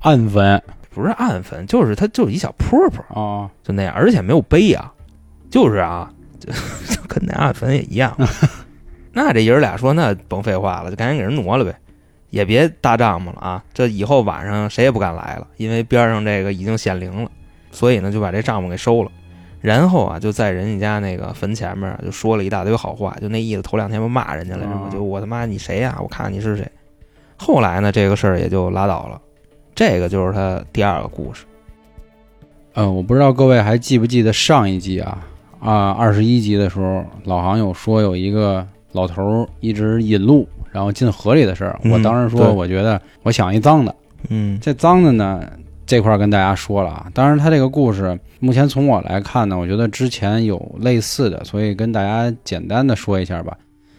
Speaker 1: 暗纹
Speaker 3: 不是暗坟，就是它就是一小坡坡，
Speaker 1: 哦，
Speaker 3: 就那样，而且没有碑啊，就是啊，就 就跟那暗坟也一样。那这爷儿俩说，那甭废话了，就赶紧给人挪了呗，也别搭帐篷了啊，这以后晚上谁也不敢来了，因为边上这个已经显灵了，所以呢就把这帐篷给收了。然后啊，就在人家家那个坟前面啊就说了一大堆好话，就那意思，头两天不骂人家来着吗？
Speaker 1: 啊
Speaker 3: 就我他妈你谁呀、我看你是谁。后来呢，这个事儿也就拉倒了。这个就是他第二个故事。
Speaker 1: 嗯，我不知道各位还记不记得上一集啊啊，二十一集的时候，老航有说有一个老头儿一直引路，然后进河里的事儿。
Speaker 3: 嗯
Speaker 1: 我当时说，
Speaker 3: 对
Speaker 1: 我觉得我想一脏的，
Speaker 3: 嗯
Speaker 1: 这脏的呢这块儿跟大家说了啊。当然，他这个故事目前从我来看呢，我觉得之前有类似的，所以跟大家简单的说一下吧。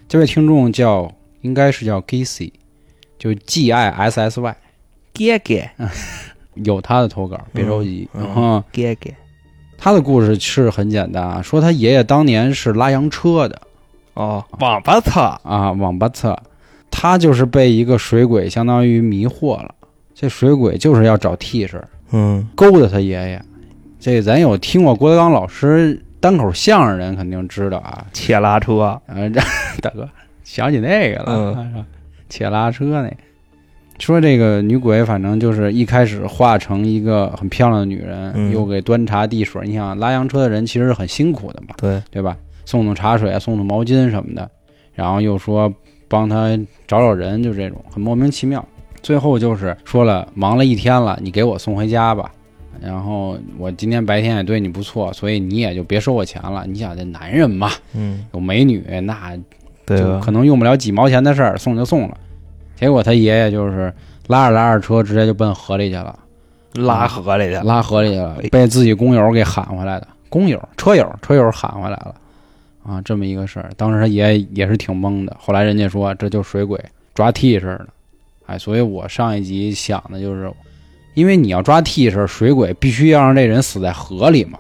Speaker 1: 这位听众叫应该是叫 Gissy，就 G I S S Y，
Speaker 3: 哥哥，
Speaker 1: 有他的投稿，别着急。
Speaker 3: 嗯嗯
Speaker 1: 嗯
Speaker 3: 哥哥，
Speaker 1: 他的故事是很简单啊，说他爷爷当年是拉洋车的
Speaker 3: 哦，王八操！
Speaker 1: 啊，网吧侧，他就是被一个水鬼相当于迷惑了，这水鬼就是要找替身
Speaker 3: 嗯
Speaker 1: 勾搭他爷爷。这咱有听过郭德纲老师单口相声的人肯定知道啊，
Speaker 3: 切拉车，
Speaker 1: 呃，这 大哥想起那个了，
Speaker 3: 嗯
Speaker 1: 是吧且拉车那个说这个女鬼，反正就是一开始化成一个很漂亮的女人，
Speaker 3: 嗯
Speaker 1: 又给端茶递水。你想拉洋车的人其实很辛苦的嘛，
Speaker 3: 对，
Speaker 1: 对吧？送送茶水啊，送送毛巾什么的，然后又说帮他找找人，就这种很莫名其妙。最后就是说了，忙了一天了，你给我送回家吧。然后我今天白天也对你不错，所以你也就别收我钱了。你想这男人嘛，
Speaker 3: 嗯，
Speaker 1: 有美女那
Speaker 3: 对啊
Speaker 1: 就可能用不了几毛钱的事儿，送就送了。结果他爷爷就是拉着拉着车，直接就奔河里去了，
Speaker 3: 拉河里去了，
Speaker 1: 拉河里去了
Speaker 3: 哎，
Speaker 1: 被自己工友给喊回来的，工友、车友、车友喊回来了，啊，这么一个事儿。当时他爷爷也是挺懵的，后来人家说这就是水鬼抓替身的，哎，所以我上一集想的就是，因为你要抓替身，水鬼必须要让这人死在河里嘛。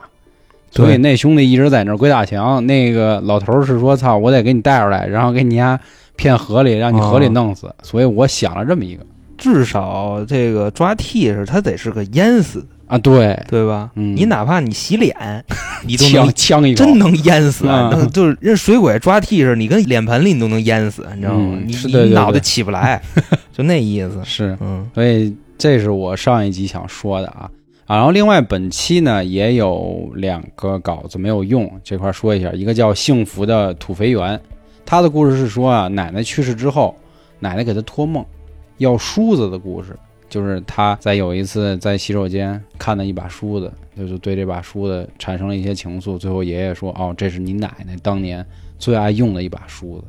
Speaker 3: 对
Speaker 1: 所以那兄弟一直在那儿鬼打墙，那个老头儿是说：“操，我得给你带出来，然后给你家骗河里，让你河里
Speaker 3: 哦
Speaker 1: 弄死。所以我想了这么一个
Speaker 3: 至少这个抓替是他得是个淹死的，
Speaker 1: 啊，对，
Speaker 3: 对吧？
Speaker 1: 嗯
Speaker 3: 你哪怕你洗 脸，你都
Speaker 1: 呛
Speaker 3: 能
Speaker 1: 呛一口，
Speaker 3: 真能淹死，
Speaker 1: 嗯
Speaker 3: 那就是人水鬼抓替是你跟脸盆里你都能淹死，你知道吗？
Speaker 1: 嗯
Speaker 3: 你
Speaker 1: 是对对
Speaker 3: 你
Speaker 1: 对
Speaker 3: 脑袋 起不来，就那意思。
Speaker 1: 是
Speaker 3: 嗯
Speaker 1: 所以这是我上一集想说的啊。啊，然后另外本期呢也有两个稿子没有用，这块儿说一下，一个叫《幸福的土肥圆》，他的故事是说啊，奶奶去世之后，奶奶给他托梦，要梳子的故事，就是他在有一次在洗手间看到一把梳子，就是对这把梳子产生了一些情愫，最后爷爷说，哦，这是你奶奶当年最爱用的一把梳子，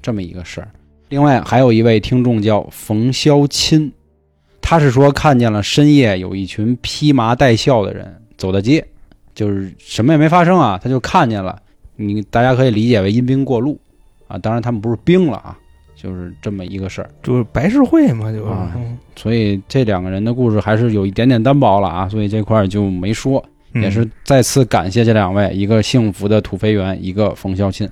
Speaker 1: 这么一个事儿。另外还有一位听众叫冯潇钦，他是说看见了深夜有一群披麻戴孝的人走大街，就是什么也没发生啊，他就看见了。你大家可以理解为阴兵过路啊，当然他们不是兵了啊，就是这么一个事儿。
Speaker 3: 就是白事会嘛，就是、
Speaker 1: 啊
Speaker 3: 嗯
Speaker 1: 所以这两个人的故事还是有一点点单薄了啊，所以这块儿就没说。
Speaker 3: 嗯
Speaker 1: 也是再次感谢这两位，一个幸福的土肥圆，一个冯潇钦。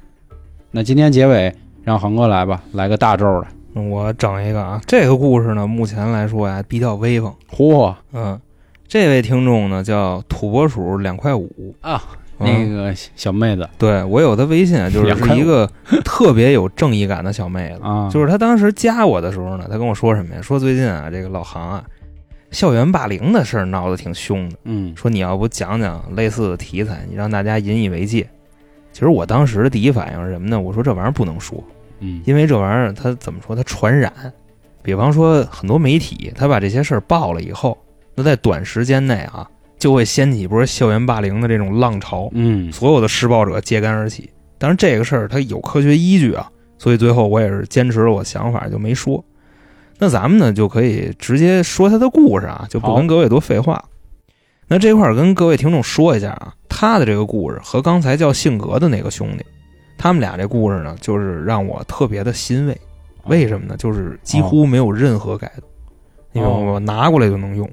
Speaker 1: 那今天结尾让恒哥来吧，来个大咒的。
Speaker 3: 嗯我整一个啊，这个故事呢，目前来说呀比较威风。
Speaker 1: 嚯
Speaker 3: 嗯，这位听众呢叫土拨鼠两块五，
Speaker 1: 啊，
Speaker 3: 嗯
Speaker 1: 那个小妹子
Speaker 3: 对我有她微信啊，就是
Speaker 1: 两块五
Speaker 3: 是一个特别有正义感的小妹子。
Speaker 1: 啊，
Speaker 3: 就是她当时加我的时候呢，她跟我说什么呀？说最近啊，这个老杭啊，校园霸凌的事儿闹得挺凶的。
Speaker 1: 嗯
Speaker 3: 说你要不讲讲类似的题材，你让大家引以为戒。其实我当时的第一反应是什么呢？我说这玩意儿不能说，
Speaker 1: 嗯
Speaker 3: 因为这玩意儿它怎么说？它传染。比方说很多媒体，他把这些事儿爆了以后，那在短时间内啊，就会掀起一波校园霸凌的这种浪潮，
Speaker 1: 嗯
Speaker 3: 所有的施暴者揭竿而起。当然这个事儿它有科学依据啊，所以最后我也是坚持了我想法，就没说。那咱们呢就可以直接说他的故事啊，就不
Speaker 1: 好
Speaker 3: 跟各位多废话。那这块儿跟各位听众说一下啊，他的这个故事和刚才叫性格的那个兄弟，他们俩这故事呢，就是让我特别的欣慰。为什么呢？就是几乎没有任何改
Speaker 1: 哦
Speaker 3: 动，因为我拿过来就能用。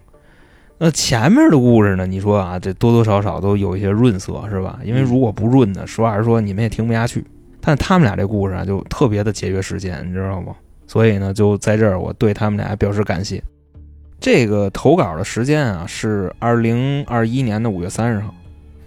Speaker 3: 那前面的故事呢？你说啊，这多多少少都有一些润色，是吧？
Speaker 1: 嗯
Speaker 3: 因为如果不润呢，实话实说，你们也听不下去。但他们俩这故事啊，就特别的节约时间，你知道吗？所以呢，就在这儿，我对他们俩表示感谢。这个投稿的时间啊，是二零二一年的五月三十号，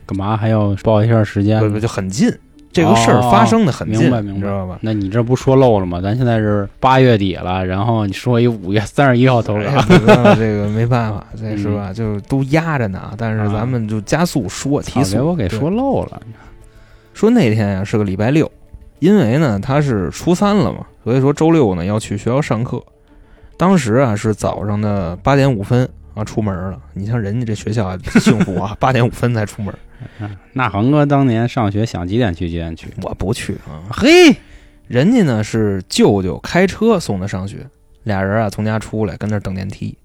Speaker 1: 干嘛还要报一下时间
Speaker 3: 不？不就很近，这个事儿发生的很
Speaker 1: 哦明
Speaker 3: 近，
Speaker 1: 白明白
Speaker 3: 你知道吧？
Speaker 1: 那你这不说漏了吗？咱现在是八月底了，然后你说一五月三十一号投
Speaker 3: 哎呀
Speaker 1: 稿，
Speaker 3: 不知道这个没办法，这是
Speaker 1: 嗯
Speaker 3: 吧？就都压着呢，啊但是咱们就加速说，提
Speaker 1: 操给。
Speaker 3: 速
Speaker 1: 啊我给
Speaker 3: 对
Speaker 1: 说漏了。
Speaker 3: 说那天啊呀是个礼拜六，因为呢他是初三了嘛，所以说周六呢要去学校上课。当时啊是早上的八点五分啊出门了。你像人家这学校啊 幸福啊，八点五分才出门，
Speaker 1: 那恒哥当年上学想几点去几点去？
Speaker 3: 我不去啊。
Speaker 1: 嘿，
Speaker 3: 人家呢是舅舅开车送他上学，俩人啊从家出来跟那儿等电梯。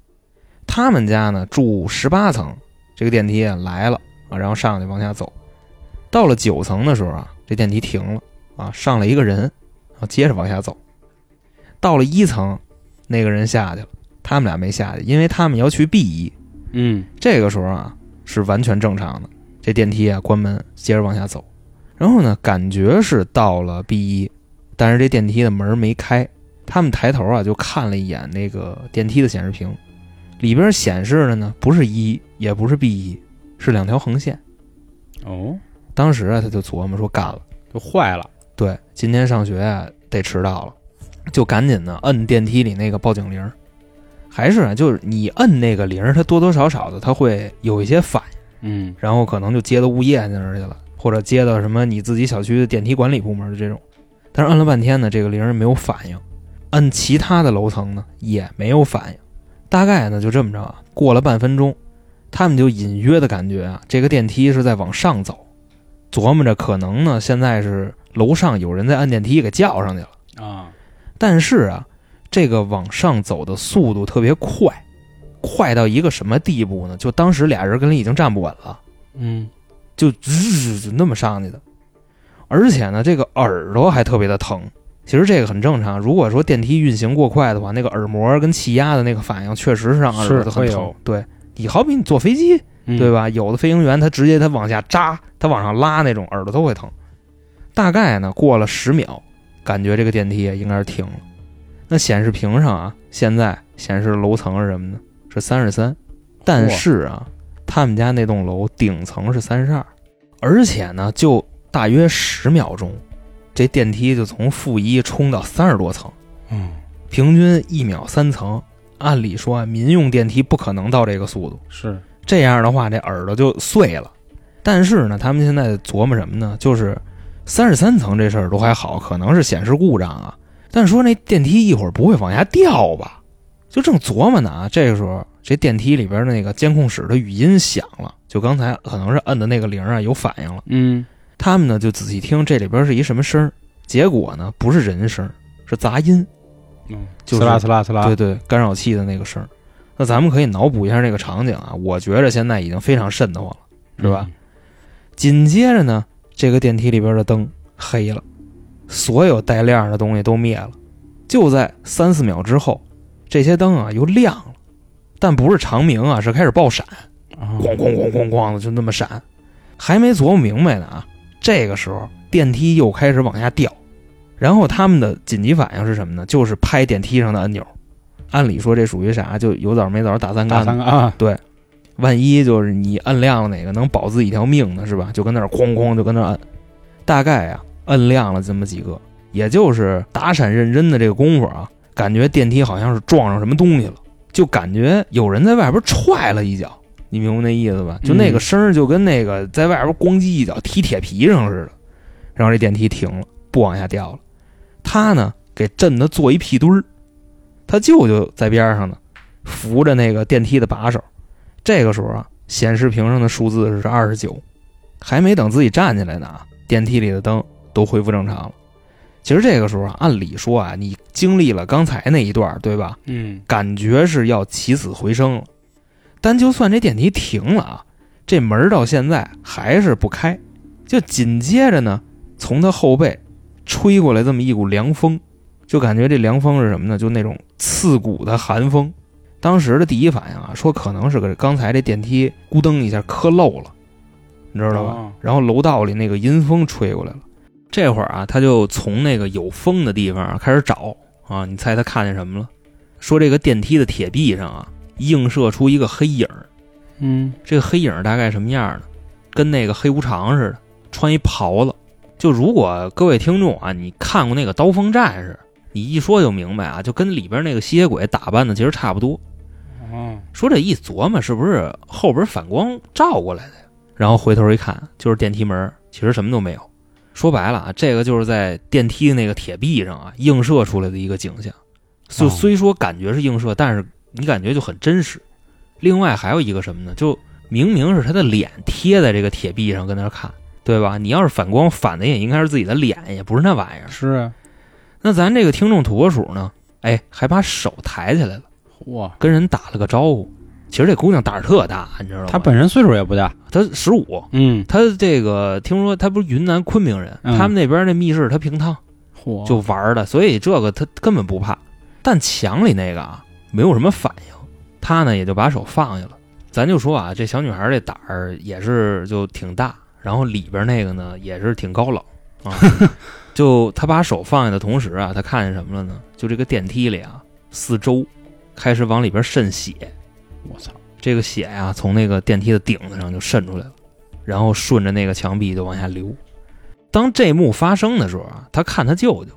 Speaker 3: 他们家呢住十八层，这个电梯啊来了啊，然后上去往下走，到了九层的时候啊，这电梯停了啊，上来一个人，然后接着往下走，到了一层，那个人下去了，他们俩没下去，因为他们要去 B 一。
Speaker 1: 嗯
Speaker 3: 这个时候啊是完全正常的，这电梯啊关门，接着往下走。然后呢，感觉是到了 B 一，但是这电梯的门没开。他们抬头啊就看了一眼那个电梯的显示屏，里边显示的呢不是一，也不是 B 一，是两条横线。
Speaker 1: 哦，
Speaker 3: 当时啊他就琢磨说干了，
Speaker 1: 就坏了。
Speaker 3: 对，今天上学啊得迟到了，就赶紧呢摁电梯里那个报警铃儿。还是啊，就是你摁那个铃儿，它多多少少的它会有一些反应
Speaker 1: 嗯
Speaker 3: 然后可能就接到物业那儿去了，或者接到什么你自己小区的电梯管理部门的这种。但是摁了半天呢，这个铃儿没有反应，摁其他的楼层呢也没有反应。大概呢就这么着啊，过了半分钟，他们就隐约的感觉啊，这个电梯是在往上走，琢磨着可能呢现在是楼上有人在按电梯给叫上去了。
Speaker 1: 啊，
Speaker 3: 但是啊，这个往上走的速度特别快，快到一个什么地步呢？就当时俩人跟人已经站不稳了。
Speaker 1: 嗯
Speaker 3: 就滋就那么上去的，而且呢，这个耳朵还特别的疼。其实这个很正常，如果说电梯运行过快的话，那个耳膜跟气压的那个反应确实是让耳
Speaker 1: 是
Speaker 3: 朵很
Speaker 1: 会
Speaker 3: 疼
Speaker 1: 有。
Speaker 3: 对你好比你坐飞机，
Speaker 1: 嗯
Speaker 3: 对？吧？有的飞行员他直接他往下扎，他往上拉那种耳朵都会疼。大概呢过了十秒，感觉这个电梯也应该是停了。那显示屏上啊，现在显示楼层是什么呢？是三十三，但是啊，他们家那栋楼顶层是三十二，而且呢，就大约十秒钟，这电梯就从负一冲到三十多层。
Speaker 1: 嗯，
Speaker 3: 平均一秒三层，按理说啊，民用电梯不可能到这个速度，
Speaker 1: 是
Speaker 3: 这样的话，这耳朵就碎了。但是呢，他们现在琢磨什么呢？就是三十三层这事儿都还好，可能是显示故障啊。但是说那电梯一会儿不会往下掉吧？就正琢磨呢啊，这个时候这电梯里边那个监控室的语音响了，就刚才可能是摁的那个铃啊有反应了。
Speaker 1: 嗯，
Speaker 3: 他们呢就仔细听这里边是一什么声儿，结果呢不是人声儿，是杂音。就是
Speaker 1: 呲啦呲啦呲啦
Speaker 3: 对，对，干扰器的那个声儿。那咱们可以脑补一下那个场景啊，我觉着现在已经非常瘆得慌了。是
Speaker 1: 嗯
Speaker 3: 吧？紧接着呢，这个电梯里边的灯黑了，所有带亮的东西都灭了。就在三四秒之后，这些灯啊又亮了，但不是长明啊，是开始爆闪，
Speaker 1: 啊？
Speaker 3: 咣咣咣咣咣的就那么闪。还没琢磨明白呢啊，这个时候电梯又开始往下掉，然后他们的紧急反应是什么呢？就是拍电梯上的按钮。按理说这属于啥？就有枣没枣打三
Speaker 1: 打
Speaker 3: 竿子
Speaker 1: 三。个啊！
Speaker 3: 万一就是你摁亮了哪个能保自己一条命呢，是吧？就跟那儿哐哐就跟那儿摁，大概啊摁亮了这么几个，也就是打闪认真的这个功夫啊，感觉电梯好像是撞上什么东西了，就感觉有人在外边踹了一脚，你明白那意思吧？就那个声儿就跟那个在外边咣叽一脚踢铁皮上似的，然后这电梯停了，不往下掉了。他呢给震得坐一屁墩儿，他舅舅在边上呢，扶着那个电梯的把手。这个时候啊，显示屏上的数字是二十九，还没等自己站起来呢啊，电梯里的灯都恢复正常了。其实这个时候啊，按理说啊，你经历了刚才那一段儿，对吧？
Speaker 1: 嗯，
Speaker 3: 感觉是要起死回生了。但就算这电梯停了啊，这门儿到现在还是不开。就紧接着呢，从他后背吹过来这么一股凉风，就感觉这凉风是什么呢？就那种刺骨的寒风。当时的第一反应啊，说可能是个刚才这电梯咕噔一下磕漏了，你知道吧？
Speaker 1: 哦
Speaker 3: 然后楼道里那个阴风吹过来了。这会儿啊，他就从那个有风的地方啊开始找啊，你猜他看见什么了？说这个电梯的铁壁上啊，映射出一个黑影儿。
Speaker 1: 嗯，
Speaker 3: 这个黑影儿大概什么样呢？跟那个黑无常似的，穿一袍子。就如果各位听众啊，你看过那个《刀锋战士》，你一说就明白啊，就跟里边那个吸血鬼打扮的其实差不多。
Speaker 1: 哦，
Speaker 3: 说这一琢磨，是不是后边反光照过来的呀？然后回头一看，就是电梯门，其实什么都没有。说白了啊，这个就是在电梯那个铁壁上啊映射出来的一个景象。就
Speaker 1: 哦
Speaker 3: 虽说感觉是映射，但是你感觉就很真实。另外还有一个什么呢？就明明是他的脸贴在这个铁壁上跟那儿看，对吧？你要是反光反的也应该是自己的脸，也不是那玩意儿。
Speaker 1: 是啊，
Speaker 3: 那咱这个听众土拨鼠呢？哎，还把手抬起来了。
Speaker 1: 哇，
Speaker 3: 跟人打了个招呼。其实这姑娘胆儿特大，你知道吗？
Speaker 1: 他本身岁数也不大，
Speaker 3: 她十五，
Speaker 1: 嗯，
Speaker 3: 她这个听说她不是云南昆明人，
Speaker 1: 嗯哦
Speaker 3: 他们那边那密室她平趟
Speaker 1: 嚯，
Speaker 3: 就玩儿的，所以这个她根本不怕。但墙里那个啊，没有什么反应，她呢也就把手放下了。咱就说啊，这小女孩这胆儿也是就挺大，然后里边那个呢也是挺高冷 啊。就她把手放下的同时啊，她看见什么了呢？就这个电梯里啊，四周开始往里边渗血。
Speaker 1: 我操，
Speaker 3: 这个血呀、从那个电梯的顶子上就渗出来了，然后顺着那个墙壁就往下流。当这幕发生的时候啊，他看他舅舅，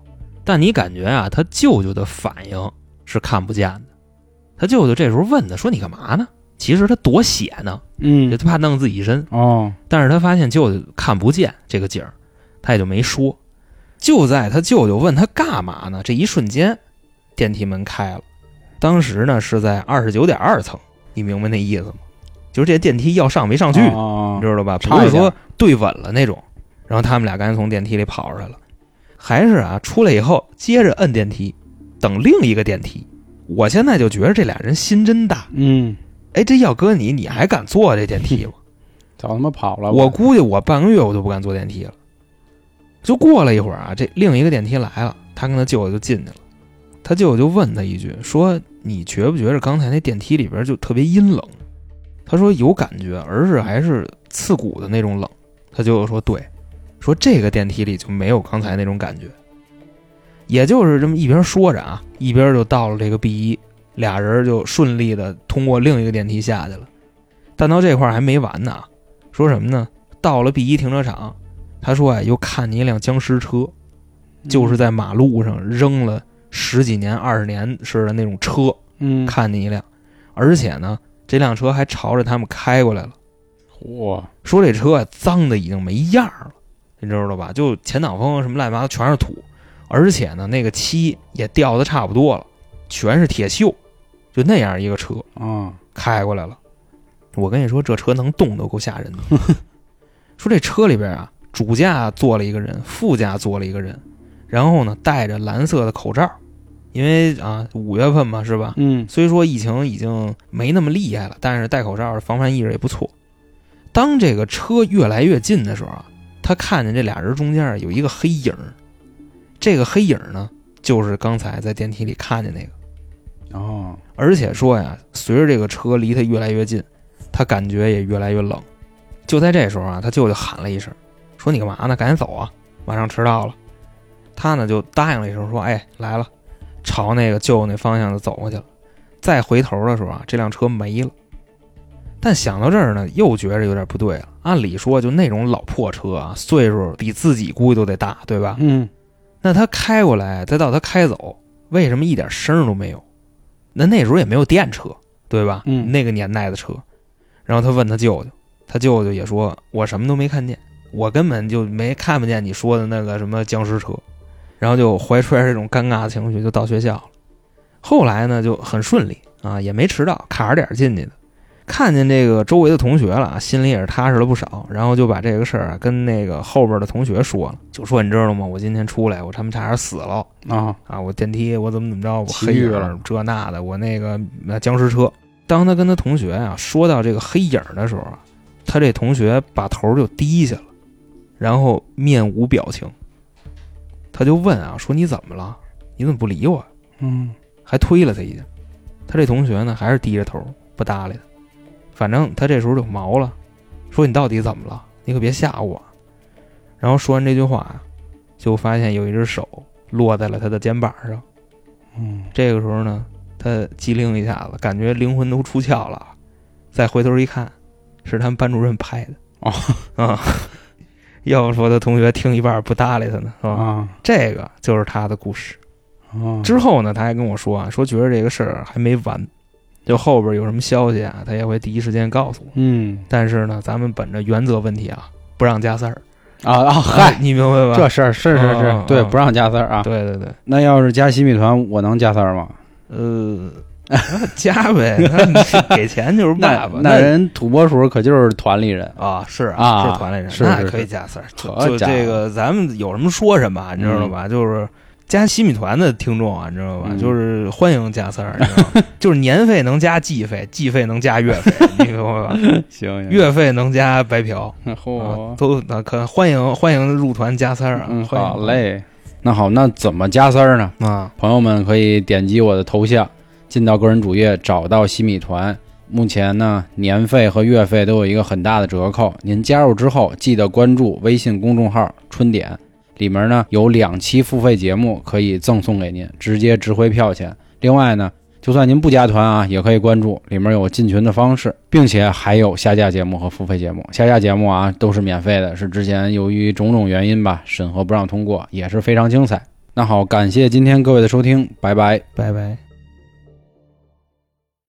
Speaker 3: 但你感觉啊，他舅舅的反应是看不见的。他舅舅这时候问他说：“你干嘛呢？”其实他躲血呢，
Speaker 1: 嗯
Speaker 3: 就，他怕弄自己一身。
Speaker 1: 哦，
Speaker 3: 但是他发现舅舅看不见这个景儿，他也就没说。就在他舅舅问他干嘛呢这一瞬间，电梯门开了。当时呢是在二十九点二层，你明白那意思吗？就是这电梯要上没上去，你
Speaker 1: 哦，
Speaker 3: 知道吧？
Speaker 1: 差
Speaker 3: 不是
Speaker 1: 一点
Speaker 3: 说对稳了那种。然后他们俩赶紧从电梯里跑出来了，还是啊出来以后接着摁电梯，等另一个电梯。我现在就觉得这俩人心真大，
Speaker 1: 嗯，
Speaker 3: 哎，这要搁你，你还敢坐这电梯吗？
Speaker 1: 早他妈跑了，
Speaker 3: 我估计我半个月我都不敢坐电梯了。就过了一会儿啊，这另一个电梯来了，他跟他舅舅就进去了。他舅舅就问他一句，说：“你觉不觉得刚才那电梯里边就特别阴冷？”他说：“有感觉，而是还是刺骨的那种冷。”他舅舅说：“对，说这个电梯里就没有刚才那种感觉。”也就是这么一边说着啊，一边就到了这个 B 一，俩人就顺利的通过另一个电梯下去了。但到这块儿还没完呢啊，说什么呢？到了 B 一停车场，他说啊，又看见一辆僵尸车，就是在马路上扔了十几年、二十年似的那种车，
Speaker 1: 嗯，
Speaker 3: 看见一辆，而且呢，这辆车还朝着他们开过来了。
Speaker 1: 哇，
Speaker 3: 说这车啊脏的已经没样儿了，你知道吧？就前挡风什么乱七八糟全是土，而且呢那个漆也掉的差不多了，全是铁锈，就那样一个车
Speaker 1: 嗯，
Speaker 3: 开过来了。我跟你说，这车能动都够吓 人的。说这车里边啊，主驾坐了一个人，副驾坐了一个人，然后呢戴着蓝色的口罩，因为啊五月份嘛是吧？
Speaker 1: 嗯，
Speaker 3: 虽说疫情已经没那么厉害了，但是戴口罩的防范意识也不错。当这个车越来越近的时候啊，他看见这俩人中间啊有一个黑影儿，这个黑影儿呢，就是刚才在电梯里看见那个。
Speaker 1: 哦，
Speaker 3: 而且说呀，随着这个车离他越来越近，他感觉也越来越冷。就在这时候啊，他舅舅喊了一声，说：“你干嘛呢？赶紧走啊，马上迟到了。”他呢就答应了一声，说：“哎，来了。”朝那个舅舅那方向就走过去了。再回头的时候啊，这辆车没了。但想到这儿呢，又觉着有点不对了。按理说，就那种老破车啊，岁数比自己估计都得大，对吧？
Speaker 1: 嗯，
Speaker 3: 那他开过来，再到他开走，为什么一点声儿都没有？那那时候也没有电车，对吧？
Speaker 1: 嗯
Speaker 3: 那个年代的车。然后他问他舅舅，他舅舅也说：“我什么都没看见，我根本就没看不见你说的那个什么僵尸车。”然后就怀揣着这种尴尬的情绪就到学校了。后来呢，就很顺利啊，也没迟到，卡着点儿进去的。看见这个周围的同学了，心里也是踏实了不少。然后就把这个事儿啊跟那个后边的同学说了，就说你知道吗？我今天出来，我他妈差点死了。
Speaker 1: 啊，
Speaker 3: 啊，我电梯我怎么怎么着，我
Speaker 1: 奇
Speaker 3: 黑
Speaker 1: 遇
Speaker 3: 影儿
Speaker 1: 了
Speaker 3: 这那的，我那个那僵尸车。当他跟他同学啊说到这个黑影儿的时候啊，他这同学把头就低下了，然后面无表情。他就问啊，说你怎么了？你怎么不理我？
Speaker 1: 嗯，
Speaker 3: 还推了他一下。他这同学呢，还是低着头不搭理他。反正他这时候就毛了，说你到底怎么了？你可别吓唬我。然后说完这句话啊，就发现有一只手落在了他的肩膀上。
Speaker 1: 嗯，
Speaker 3: 这个时候呢，他机灵一下子，感觉灵魂都出窍了。再回头一看，是他们班主任拍的。
Speaker 1: 哦，
Speaker 3: 啊、 要不说他同学听一半不搭理他呢，是吧？
Speaker 1: 啊，
Speaker 3: 这个就是他的故事。
Speaker 1: 哦
Speaker 3: 之后呢，他还跟我说啊，说觉得这个事儿还没完，就后边有什么消息啊，他也会第一时间告诉我。
Speaker 1: 嗯，
Speaker 3: 但是呢，咱们本着原则问题啊，不让加塞儿。
Speaker 1: 啊啊，
Speaker 3: 哎
Speaker 1: 嗨，
Speaker 3: 你 明白吧？
Speaker 1: 这事儿是是
Speaker 3: 啊啊
Speaker 1: 是，嗯对
Speaker 3: 啊，
Speaker 1: 不让加塞儿啊。
Speaker 3: 对对对，
Speaker 1: 那要是加新米团，我能加塞儿吗？
Speaker 3: 呃，加呗，那 你给钱就是爸
Speaker 1: 那
Speaker 3: 爸。
Speaker 1: 那人土拨鼠可就是团里人，
Speaker 3: 啊，是
Speaker 1: 啊
Speaker 3: 是团里人，
Speaker 1: 是
Speaker 3: 那
Speaker 1: 是
Speaker 3: 可以
Speaker 1: 是
Speaker 3: 加丝儿。就
Speaker 1: 好
Speaker 3: 就
Speaker 1: 家伙
Speaker 3: 这个，咱们有什么说什么，啊你知道吧？就是加西米团的听众啊，你知道吧？
Speaker 1: 嗯
Speaker 3: 就是欢迎加丝儿，你知道吗 就是年费能加季费，季费能加月费，你明白吧？
Speaker 1: 行月，
Speaker 3: 月费能加白嫖，啊
Speaker 1: 嚯，
Speaker 3: 都那可欢迎欢迎入团加丝儿啊！
Speaker 1: 哦嗯，
Speaker 3: 欢迎
Speaker 1: 好嘞。那好，那怎么加塞儿呢？
Speaker 3: 啊！
Speaker 1: 朋友们可以点击我的头像，进到个人主页，找到西米团。目前呢，年费和月费都有一个很大的折扣。您加入之后，记得关注微信公众号“春点”，里面呢有两期付费节目可以赠送给您，直接值回票钱。另外呢，就算您不加团啊，也可以关注，里面有进群的方式，并且还有下架节目和付费节目。下架节目啊都是免费的，是之前由于种种原因吧，审核不让通过，也是非常精彩。那好，感谢今天各位的收听，拜拜。
Speaker 3: 拜拜。